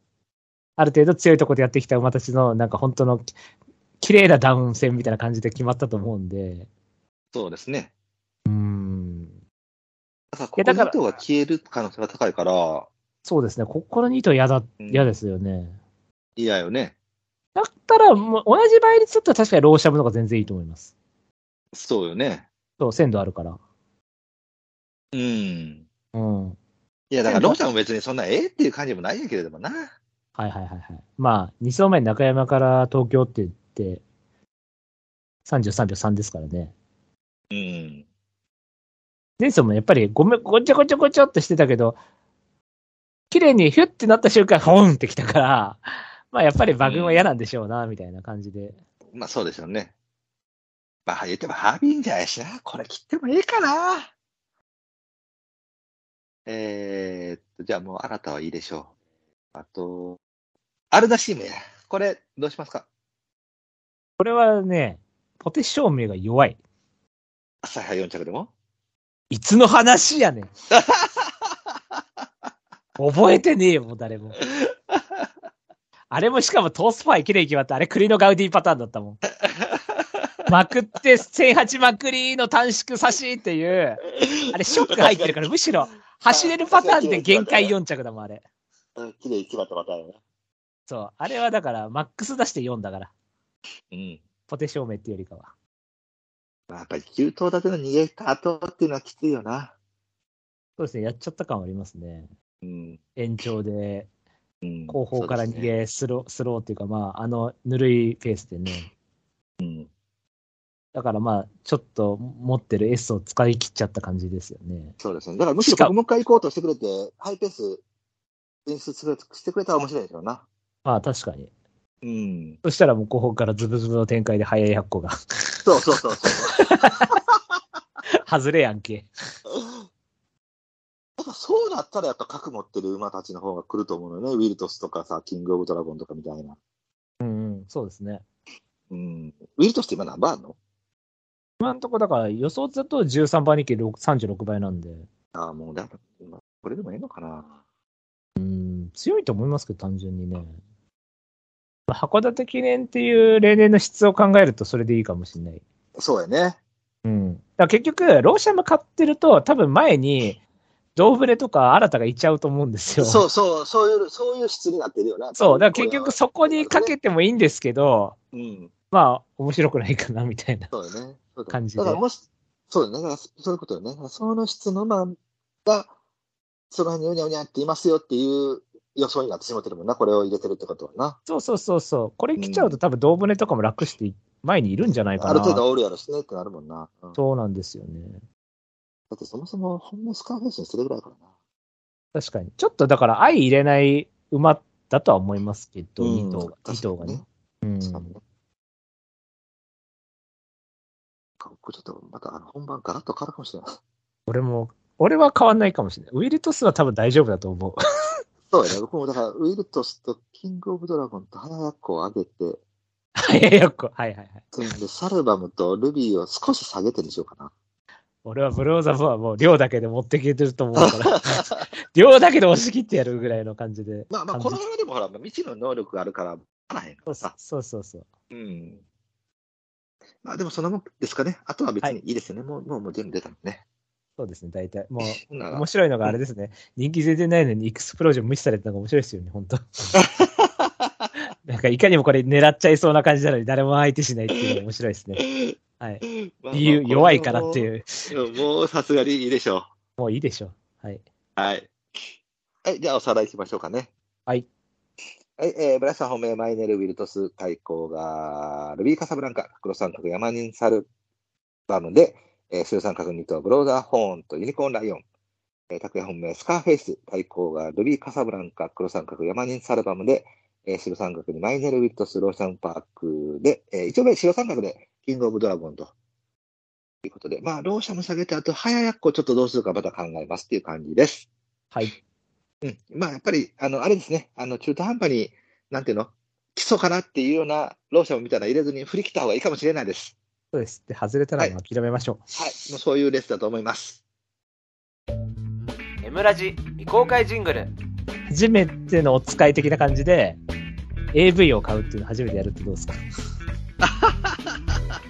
ある程度強いところでやってきた馬たちの、なんか本当のき、綺麗なダウン戦みたいな感じで決まったと思うんで、そうですね。うーん。だから、こやだこからの人が消える可能性が高いから、そうですね、ここの2頭嫌だ、うん嫌ですよね。嫌よね。だったら、もう同じ倍率だったら確かにローシャムの方が全然いいと思います。そうよね。そう、鮮度あるから。うん。いうん。はいや、だから、ローシャンも別にそんなええっていう感じもないんやけれどもな。はいはいはい。まあ、2走前に中山から東京って言って、33秒3ですからね。うん。前走もやっぱりごめん、ごちゃごちゃごちゃっとしてたけど、綺麗にヒュッてなった瞬間、ホーンってきたから、まあやっぱり馬群は嫌なんでしょうな、みたいな感じで。まあ、そうですよね。まあ、言ってもハービンジャーやしな。これ切ってもええかな。えーっと、じゃあもう、新たはいいでしょう。あと、アルダシームや。これ、どうしますかこれはね、ポテ照明が弱い。朝早4着でもいつの話やねん。覚えてねえよ、もう誰も。あれもしかもトースパーきれい決まって、あれ栗のガウディパターンだったもん。まくって、1008まくりの短縮差しっていう、あれショック入ってるから、むしろ走れるパターンで限界4着だもん、あれ。うん綺麗に決まったパターンやな。そう。あれはだから、マックス出して4だから。うん。ポテ照明っていうよりかは。まあ、やっぱり9頭立ての逃げた後っていうのはきついよな。そうですね、やっちゃった感はありますね。うん。延長でうん後方から逃。そうげ、スロー、スローっていうか、まあ、あの、ぬるいペースでね。うん。だからまあ、ちょっと持ってる S を使い切っちゃった感じですよね。そうですね。だから、むしろしか僕もう一回行こうとしてくれて、ハイペース演出してくれたら面白いでしょうな。まあ、確かに。うん。そしたらもう後方からズブズブの展開で早い100個が。 *laughs* そうそうそうそう。外れやんけ。やっぱそうなったらやっぱ核持ってる馬たちの方が来ると思うのよね。ウィルトスとかさ、キングオブドラゴンとかみたいな。うんうん、そうですね。うん。ウィルトスって今何番あんの今んとこだから予想だと13倍2期36倍なんで、ああ、もうだから、今これでもいいのかな。うん強いと思いますけど、単純にね。まあ函館記念っていう例年の質を考えるとそれでいいかもしれない。そうやね。うん。だから結局、ローシャム買ってると多分前に、ドーブレとか新たがいっちゃうと思うんですよ。そうそう、そういう、そういう質になってるよな。そう、だから結局そこにかてけてもいいんですけど、うん。まあ、面白くないかな、みたいな。そうだね。そうだね感じでだからもし、そうだね。だからそういうことよね。だからその質の馬が、その辺にうにゃうにゃっていますよっていう予想になってしまってるもんな。これを入れてるってことはな。そうそうそうそう。これ来ちゃうと多分、胴舟とかも楽して、前にいるんじゃないかあるな。程度おるやろしねってなるもんな。うんそうなんですよね。だってそもそもほんのスカーフェイスにするぐらいやからな。確かに。ちょっとだから相入れない馬だとは思いますけど、うん二頭が、二頭がね。うん。韓国ちょっとまたあの本番ガラッと変わるかもしれない。俺も、俺は変わんないかもしれない。ウィルトスは多分大丈夫だと思う。 *laughs* そうやね。僕もだから、ウィルトスとキングオブドラゴンと花子を上げて、はいややこ、はいはいはい。でサルバムとルビーを少し下げてにしようかな。俺はブローザムはもう量だけで持ってきてると思うから、 *laughs* 量だけで押し切ってやるぐらいの感じで。まあまあ、感じこの辺でもほら、まあ未知の能力があるから、あらへんからさ。そうそうそう。うん。まあでもそんなもんですかね。あとは別にいいですよね。もう、もう、もう全部出たもんね。そうですね、大体。も *laughs* う、ほんなら面白いのがあれですね。人気全然ないのにエクスプロージョン無視されてたのが面白いですよね、本当なんかいかにもこれ狙っちゃいそうな感じなのに誰も相手しないっていうのが面白いですね。はい。まあまあ理由、弱いからってういう。ん。もうさすがにいいでしょもういいでしょう。はい。う。はい。はい、じゃあおさらい行きましょうかね。はい。はい、えー、ブラシさん本命、マイネル、ウィルトス、対抗が、ルビーカサブランカ、黒三角、山人サルバムで、えー、白三角二頭、ブローザーホーンとユニコーンライオン。えー、拓也本命、スカーフェイス、対抗が、ルビーカサブランカ、黒三角、山人サルバムで、えー、白三角にマイネル、ウィルトス、ローシャンパークで、えー、一応目、白三角で、キングオブドラゴンと。ということで、まあ、ローシャンも下げて、あと、早やっこちょっとどうするかまた考えますっていう感じです。はい。まあ、やっぱり、あの、あれですね、あの、中途半端に、なんていうの、基礎かなっていうような、ローションみたいなの入れずに振り切った方がいいかもしれないです。そうです。で、外れたらもう諦めましょう。はい。もうそういうレースだと思います。エムラジ未公開ジングル初めてのお使い的な感じで、AV を買うっていうの初めてやるってど *laughs* うですか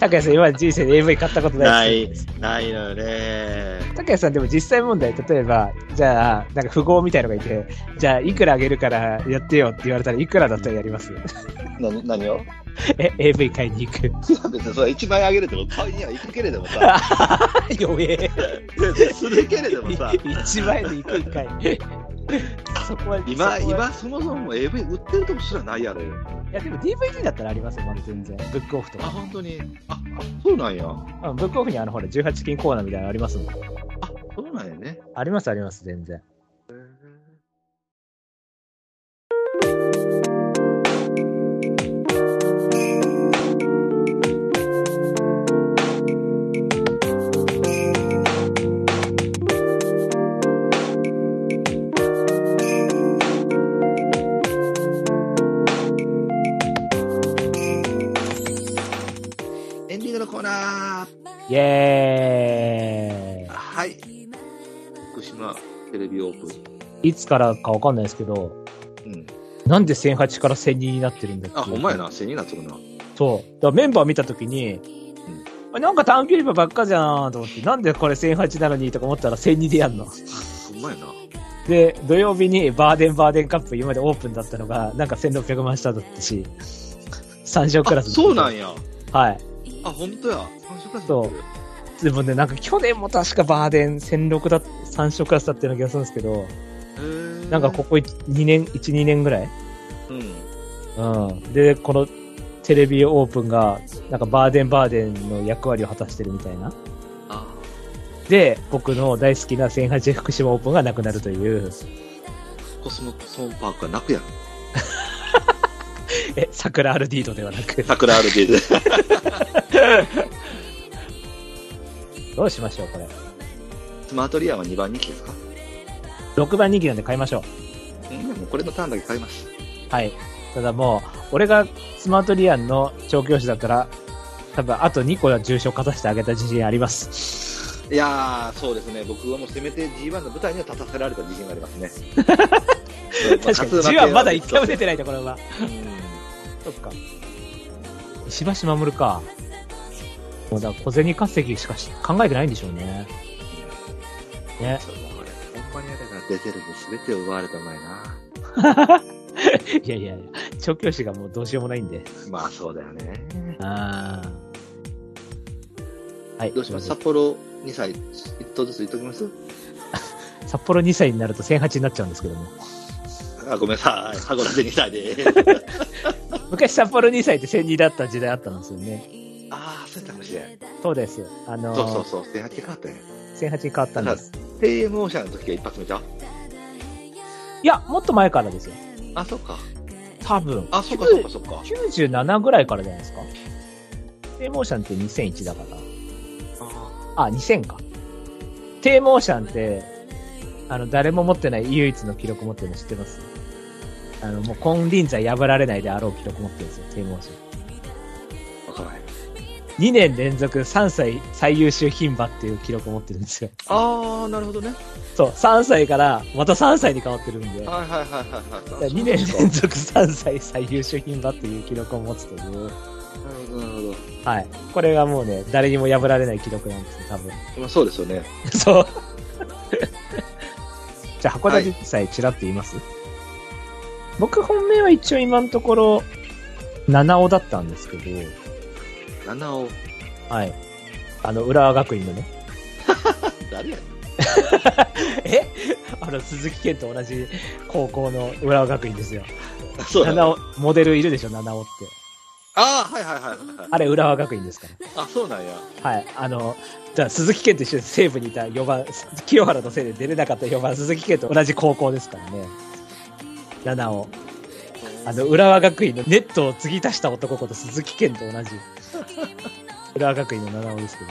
高谷さん、今まで人生で AV 買ったことないですよね。ないのよね。高谷さん、でも実際問題、例えば、じゃあ、なんか富豪みたいのがいて、じゃあ、いくらあげるからやってよって言われたらいくらだったらやりますな、何をえ、AV 買いに *laughs* 行く。いや、別にそれ1枚あげるでも、買いには行くけれどもさ、弱え。 *laughs* するけれどもさ、一枚で行くんか *laughs* い。そこは今、そこは今、そもそも AV 売ってるとこすらないやろよ。いやでも DVD だったらありますよ、まだ全然。ブックオフとあ、か。本当に。あ、あそうなんや。あ、うんブックオフにあのほら18金コーナーみたいなのありますもん。そうなんやね。ありますあります、全然。エンディングのコーナー。イエーはい。福島テレビオープイいつからかわかんないですけど、ン。うん。なんで1008から1002になってるんだっけあ、ほんまや。な、千になってるな。そう。だからメンバー見たときに、あなんか短距離馬ばっかじゃんと思って、なんでこれ1008なのにとか思ったら1002でやんの。ほんまやな。で、土曜日にバーデンバーデンカップ今までオープンだったのが、なんか1600万下だったし、3勝クラあ、ス。そうなんや。はい。あ、ほんとや。三色化そそうう。でもね、なんか去年も確かバーデン1006だっ、3勝クラスだったような気がするんですけど、へーなんかここ2年、1、2年ぐらいうん。うん。で、このテレビオープンが、なんかバーデンバーデンの役割を果たしてるみたいな。あで、僕の大好きな1008福島オープンがなくなるという。コスモソンパークは泣くやん。え、桜アルディードではなく。桜アルディで。どうしましょう、これ。スマートリアンは2番人気ですか6番人気なんで買いましょう。うん、もうこれのターンだけ買います。はい。ただもう、俺がスマートリアンの調教師だったら、多分あと2個は重賞勝たせてあげた自信あります。いやー、そうですね。僕はもうせめて G1 の舞台には立たせられた自信がありますね。確確かに、G はまだ1回も出てないところは。うんそっか。石橋守か。もうだから小銭稼ぎしかし考えてないんでしょうね。 *laughs* ね。そうもうこれ、ほんまにあれが出てるんで全て奪われたまいな。いやいやいや、調教師がもうどうしようもないんで。まあそうだよね。ああ。はい。どうします札幌2歳、一頭ずつ言っときます札幌2歳になると1008になっちゃうんですけども。あ、ごめんなさい。函館2歳で。昔札幌2歳って1002だった時代あったんですよね。 *laughs* ああ、そうやったかもしれん。そうです。あのーそうそうそう、1800変わったね。 1008に変わったんです。テームオーシャンの時が一発目じゃん。いや、もっと前からですよ。あ、そっか。多分。あ、そっかそっかそっか。 97ぐらいからじゃないですか。低モーションって2001だから。あ、2000か。低モーションって、あの、誰も持ってない唯一の記録持ってるの知ってますあの、もう金輪際破られないであろう記録持ってるんですよ、低モーション。わからへん。 2年連続3歳最優秀牝馬っていう記録持ってるんですよ。ああ、なるほどね。そう、3歳からまた3歳に変わってるんで、はいはいはいはいはい。 2年連続3歳最優秀牝馬っていう記録を持つという、なるほど、なるほど。はい。これがもうね、誰にも破られない記録なんですよ、多分。まあそうですよね。 *laughs* そう。じゃあ、函館さえちらっと言います、僕本命は一応今のところ、七尾だったんですけど、七尾。はい。あの、浦和学院のね。誰やね *laughs* え *laughs* あの、鈴木健と同じ高校の浦和学院ですよ。ん。そうだ、ね。七尾、モデルいるでしょ、七尾って。ああ、はいはいはいはい。あれ、浦和学院ですから。あ、そうなんや。はい、あの、じゃあ鈴木健と一緒に西部にいた4番、清原のせいで出れなかった4番、鈴木健と同じ高校ですからね。7を。あの、浦和学院のネットを継ぎ足した男こと鈴木健と同じ。 *laughs* 浦和学院の7をですけど。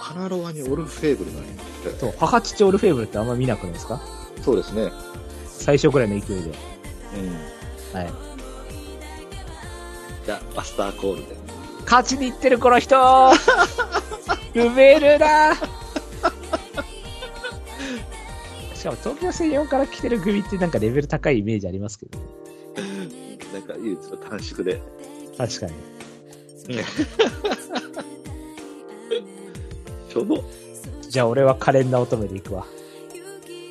カナロワにオルフェーブルなんや。そう、母父オルフェーブルってあんま見なくないですかそうですね。最初くらいの勢いで。うん。はい。じゃあ、マスターコールで。勝ちに行ってるこの人ルベルだしかも東京専用から来てる組ってなんかレベル高いイメージありますけどねなんか唯一の短縮で。確かに。ちょうど。じゃあ俺は可憐な乙女で行くわ。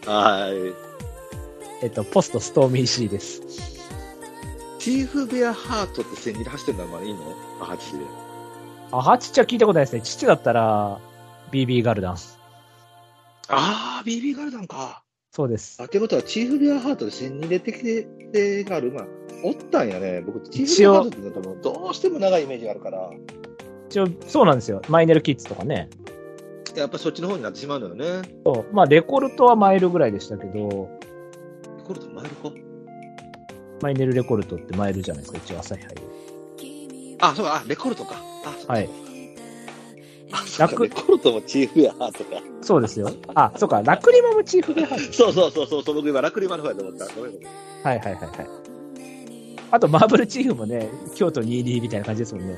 はーい。えっと、ポストストーミーシーです。チーフベアハートって千切り走ってるのはまだいいのあ、8で。あ、ハチチは聞いたことないですね。父だったら、BB ガルダン。ああ、BB ガルダンか。そうです。あ、ってことは、チーフベアハートで千切り出てきて、がある。まあ、おったんやね。僕、チーフベアハートってなんかもうどうしても長いイメージがあるから、一応、そうなんですよ。マイネルキッズとかね。やっぱそっちの方になってしまうのよね。そう。まあ、レコルトはマイルぐらいでしたけど、これとマイルコマイネルレコルトってマイルじゃないですか。一応、朝日杯で。あ、そうか、あ、レコルトか。あ、そうかはい。あ、そうか楽レコルトもチーフベアハートか。そうですよ。あ、そうか。ラクリマムチーフで入る。そうそうそうそう、そう僕今、ラクリマの方やと思った。ごめんごめん。はいはいはいはい。あと、マーブルチーフもね、京都22みたいな感じですもんね。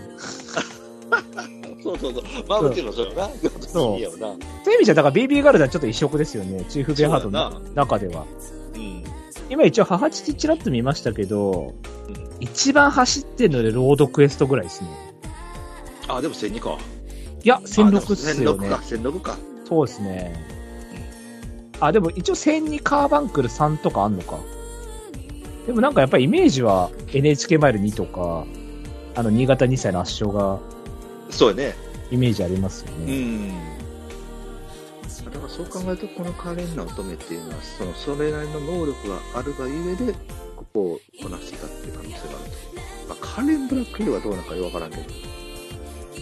そうそうそう。マーブチのそうよな。そういいよな。そういう意味じゃ、だから BB ガルダンちょっと異色ですよね。チーフベアハートそうのや中では。うん。今一応母父ちらっと見ましたけど、一番走ってるのでロードクエストぐらいですね。あ、でも1002か。いや、あでも1006っすよ1006ねか、。1006か。そうですね。あ、でも一応1002カーバンクル3とかあんのか。でもなんかやっぱりイメージは NHK マイル2とか、あの、新潟2歳の圧勝がそうやね。イメージありますようね。ん。だからそう考えると、この可憐な乙女っていうのは、その、それなりの能力があるがゆえで、ここをこなしてたっていう可能性があると。まあ、可憐ブラックヒルはどうなのかよくわからんけど。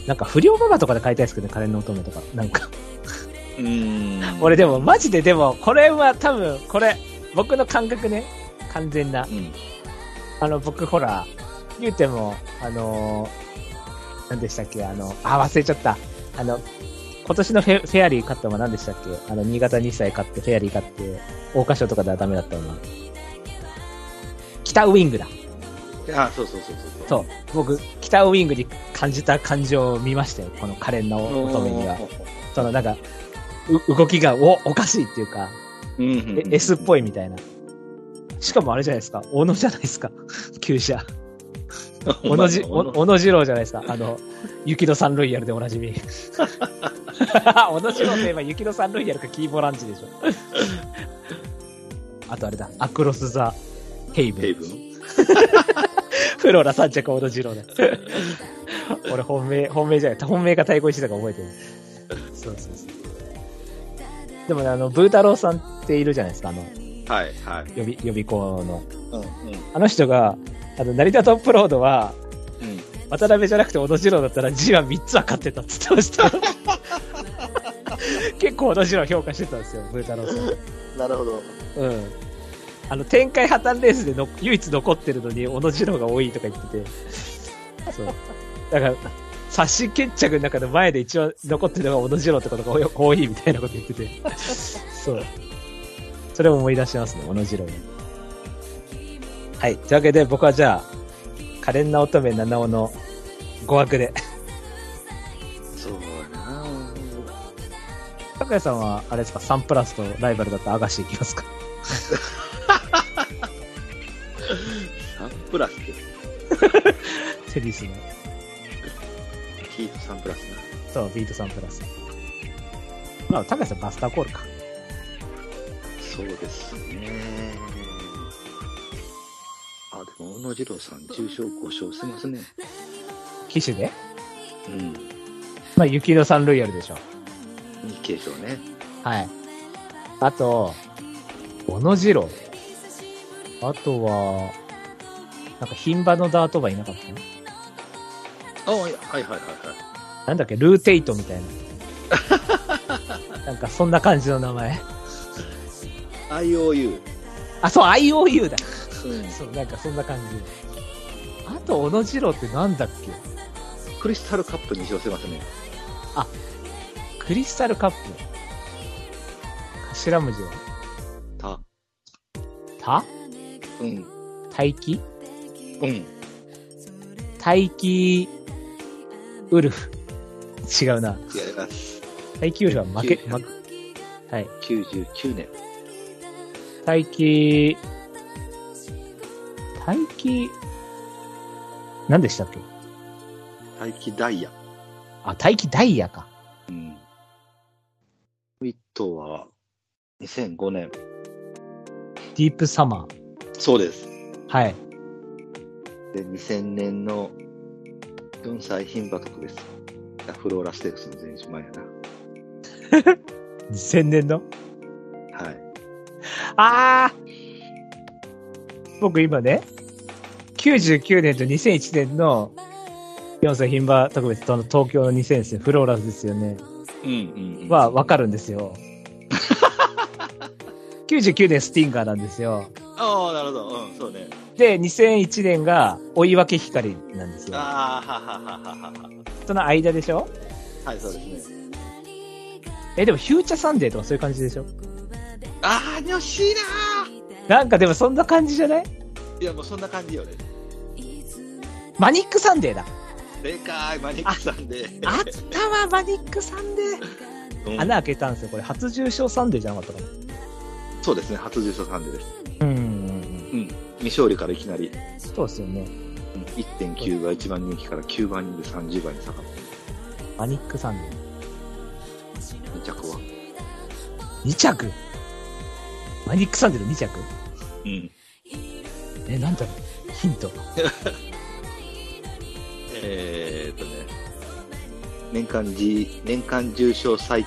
なんか不良ママとかで買いたいですけどね、彼の乙女とか。なんか。うん。俺でもマジででも、これは多分、これ、僕の感覚ね。完全な。うん。あの、僕ほら、言うても、あのー、何でしたっけ、あの、あ、忘れちゃった。あの、今年のフェフェアリー勝ったのは何でしたっけあの、新潟2歳勝って、フェアリー勝って、桜花賞とかではダメだったのは。北ウィングだ。あ、そうそうそうそう。そう。僕、北ウィングに感じた感情を見ましたよ。この可憐なお乙ー女には。その、なんか、う動きが、お、おかしいっていうか、うんうんうんえ S っぽいみたいな。しかもあれじゃないですか。小野じゃないですか。 *laughs* 厩舎。おお前ののじ、お小野次郎じゃないですか。あの、雪のサンロイヤルでおなじ *laughs* み。小野次郎といえば雪のサンロイヤルかキーボランチでしょ。 *laughs* あとあれだ、アクロス・ザ・ヘイブヘイン。ブンフローラ3着小野次郎だ。俺本命、本命じゃない、本命が対抗してたか覚えてる。そうそうそう。でもね、あの、ブータローさんっているじゃないですか、あの、はいはい。予備、予備校の。うんうんあの人が、あの、成田トップロードは、うん。渡辺じゃなくて小野次郎だったら G は3つは勝ってたって言ってました。結構小野次郎評価してたんですよ、ブータローさん。なるほど。うん。あの、展開破綻レースでの唯一残ってるのに、小野次郎が多いとか言ってて。そう。だから、刷新決着の中で前で一番残ってるのが小野次郎ってことが多いみたいなこと言ってて。そう。それを思い出しますね、小野次郎に。はい。というわけで、僕はじゃあ、可憐な乙女七尾の語学で。そうやな高谷さんは、あれですか、サンプラスとライバルだったアガシいきますかサンプラスって、テニスの。ヒートサンプラスな。そう、ビートサンプラス。まあ、高橋さんバスターコールか。そうですね。あ、でも、小野次郎さん、重症故障してますね。機種でうん。まあ、雪のサンルイヤルでしょ。いい軽症ね。はい。あと、小野次郎。あとは、なんか、牝馬のダート馬いなかったのあ、はいはいはいはい。なんだっけ、ルーテイトみたいな。なんか、そんな感じの名前。 IOU。あ、そう、IOU だ。うん。そう、なんか、そんな感じ。あと、小野次郎ってなんだっけクリスタルカップに乗してますね。クリスタルカップ。頭文字はた。たうん。大気うん。大気ウルフ。違うな。やります。大気ウルフは負け、九負け。はい。 99年。大気、大気、何でしたっけ大気ダイヤ。あ、大気ダイヤか。うん。ウィットは、2005年。ディープサマー。そうです。はい。で、2000年の4歳牝馬特別。フローラステークスの前日前や2000年のな。はい。ああ僕今ね、99年と2001年の4歳牝馬特別とあの東京の2000ですね、フローラスですよね。うんうはわかるんですよ。99年スティンガーなんですよ。ああ、なるほど。うん、そうね。で、2001年が追い分け光なんですよ。ああ、ははははは。その間でしょはい、そうですね。え、でもフューチャーサンデーとかそういう感じでしょああ、惜しいななんかでもそんな感じじゃないーいや、もうそんな感じよね。マニックサンデーだ。正解、マニックさんで。あったわ、マニックサンデー。うん穴開けたんですよ。これ初重賞サンデーじゃなかったかそうですね、初受賞さんでです。な。うんうんうん。うん。未勝利からいきなり、そうですよね。うん1.9が1番人気から9番人気30番に下がって、マニックサンデー。 2着は。 2着マニックサンデーの2着うん。え、なんだろうヒント。えーっとね、年間 G、年間重賞最、ん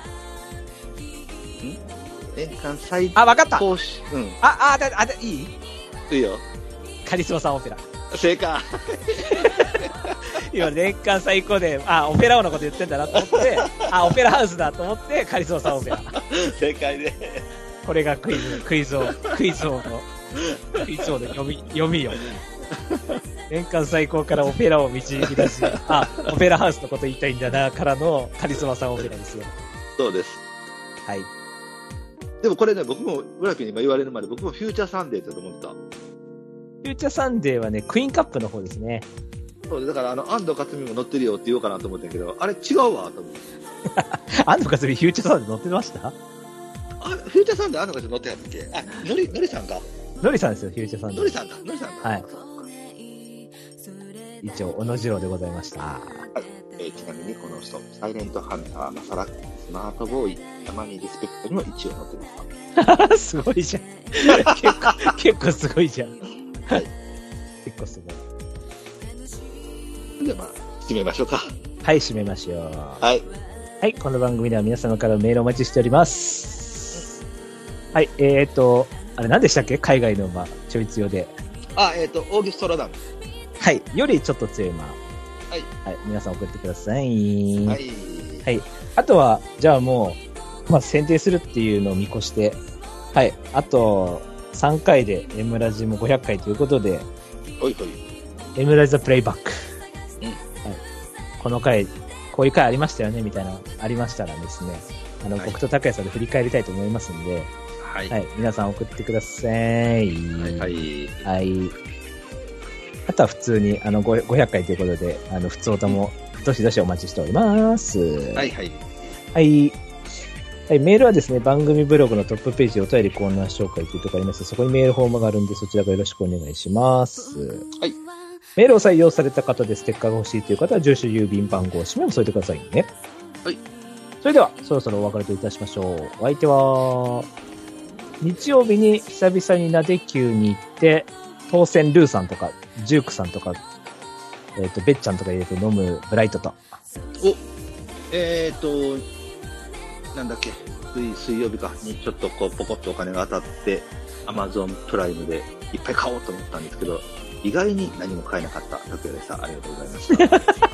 年間最あ、わかったあ、高し、うん、あ、だ、あ、だ、いいいいよ。カリスマさんオペラ。正解。 *laughs* 今、年間最高で、あ、オペラ王のこと言ってんだなと思 *laughs* って、あ、オペラハウスだと思って、カリスマさんオペラ。正解で。これがクイズ、クイズ王、クイズ王の、クイズ王の読み、読みよ。年間最高からオペラを導き出し、あ、オペラハウスのこと言いたいんだな、からのカリスマさんオペラですよ。そうです。はい。でもこれね、僕も、村木に今言われるまで、僕もフューチャーサンデーだと思ってた。フューチャーサンデーはね、クイーンカップの方ですね。そうだから、あの、安藤克美も乗ってるよって言おうかなと思ったけど、あれ違うわ、と思って。安藤和美フューチャーサンデー乗ってましたあ、フューチャーサンデー安藤克美乗ってないっけあ、のり、のりさんか。ノリさんですよ、フューチャーサンデのーり。さんだ、のりさんだ。はい一応、小野次郎でございました。えーちなみにこの人、サイレントハンター、マサラ、スマートボーイ、たまにリスペクトにも一応乗ってま *laughs* す。すごいじゃん。結構、結構すごいじゃん。はい。結構すごい。で、まあ、決めましょうか。はい、締めましょう。はい。はい、この番組では皆様からのメールをお待ちしております。はい、えー、っと、あれ何でしたっけ海外の馬、ちょい強で。あ、えっ、と、オーギュストラダム。。はい、よりちょっと強い馬。はいはい、皆さん送ってください。ははい。い。あとは、じゃあもう、まあ、選定するっていうのを見越して、はい、あと、 3回で M ラジも500回ということで、おいおい。 M ラジザプレイバック。うんはい、この回、こういう回ありましたよね、みたいなのありましたらですね、あの、はい僕と拓也さんで振り返りたいと思いますんで、はい。は、はい皆さん送ってください。い。はい。はい。あとは普通に、あの、ご500回ということで、あの、普通歌も、どしどしお待ちしております。は。はいい。ははい。い。メールはですね、番組ブログのトップページでお便りコーナー紹介というところありますそこにメールフォームがあるんで、そちらからよろしくお願いします。はい。メールを採用された方でステッカーが欲しいという方は、住所、郵便番号、氏名も添えてくださいね。はい。それでは、そろそろお別れといたしましょう。お相手は、日曜日に久々になで急に行って、当選ルーさんとか、ジュークさんとか、えっ、と、べっちゃんとか入れて飲むブライトと、えっ、と、なんだっけ、水水曜日かにちょっとこう、ポコッとお金が当たって、アマゾンプライムでいっぱい買おうと思ったんですけど、意外に何も買えなかった、拓也でした。ありがとうございました。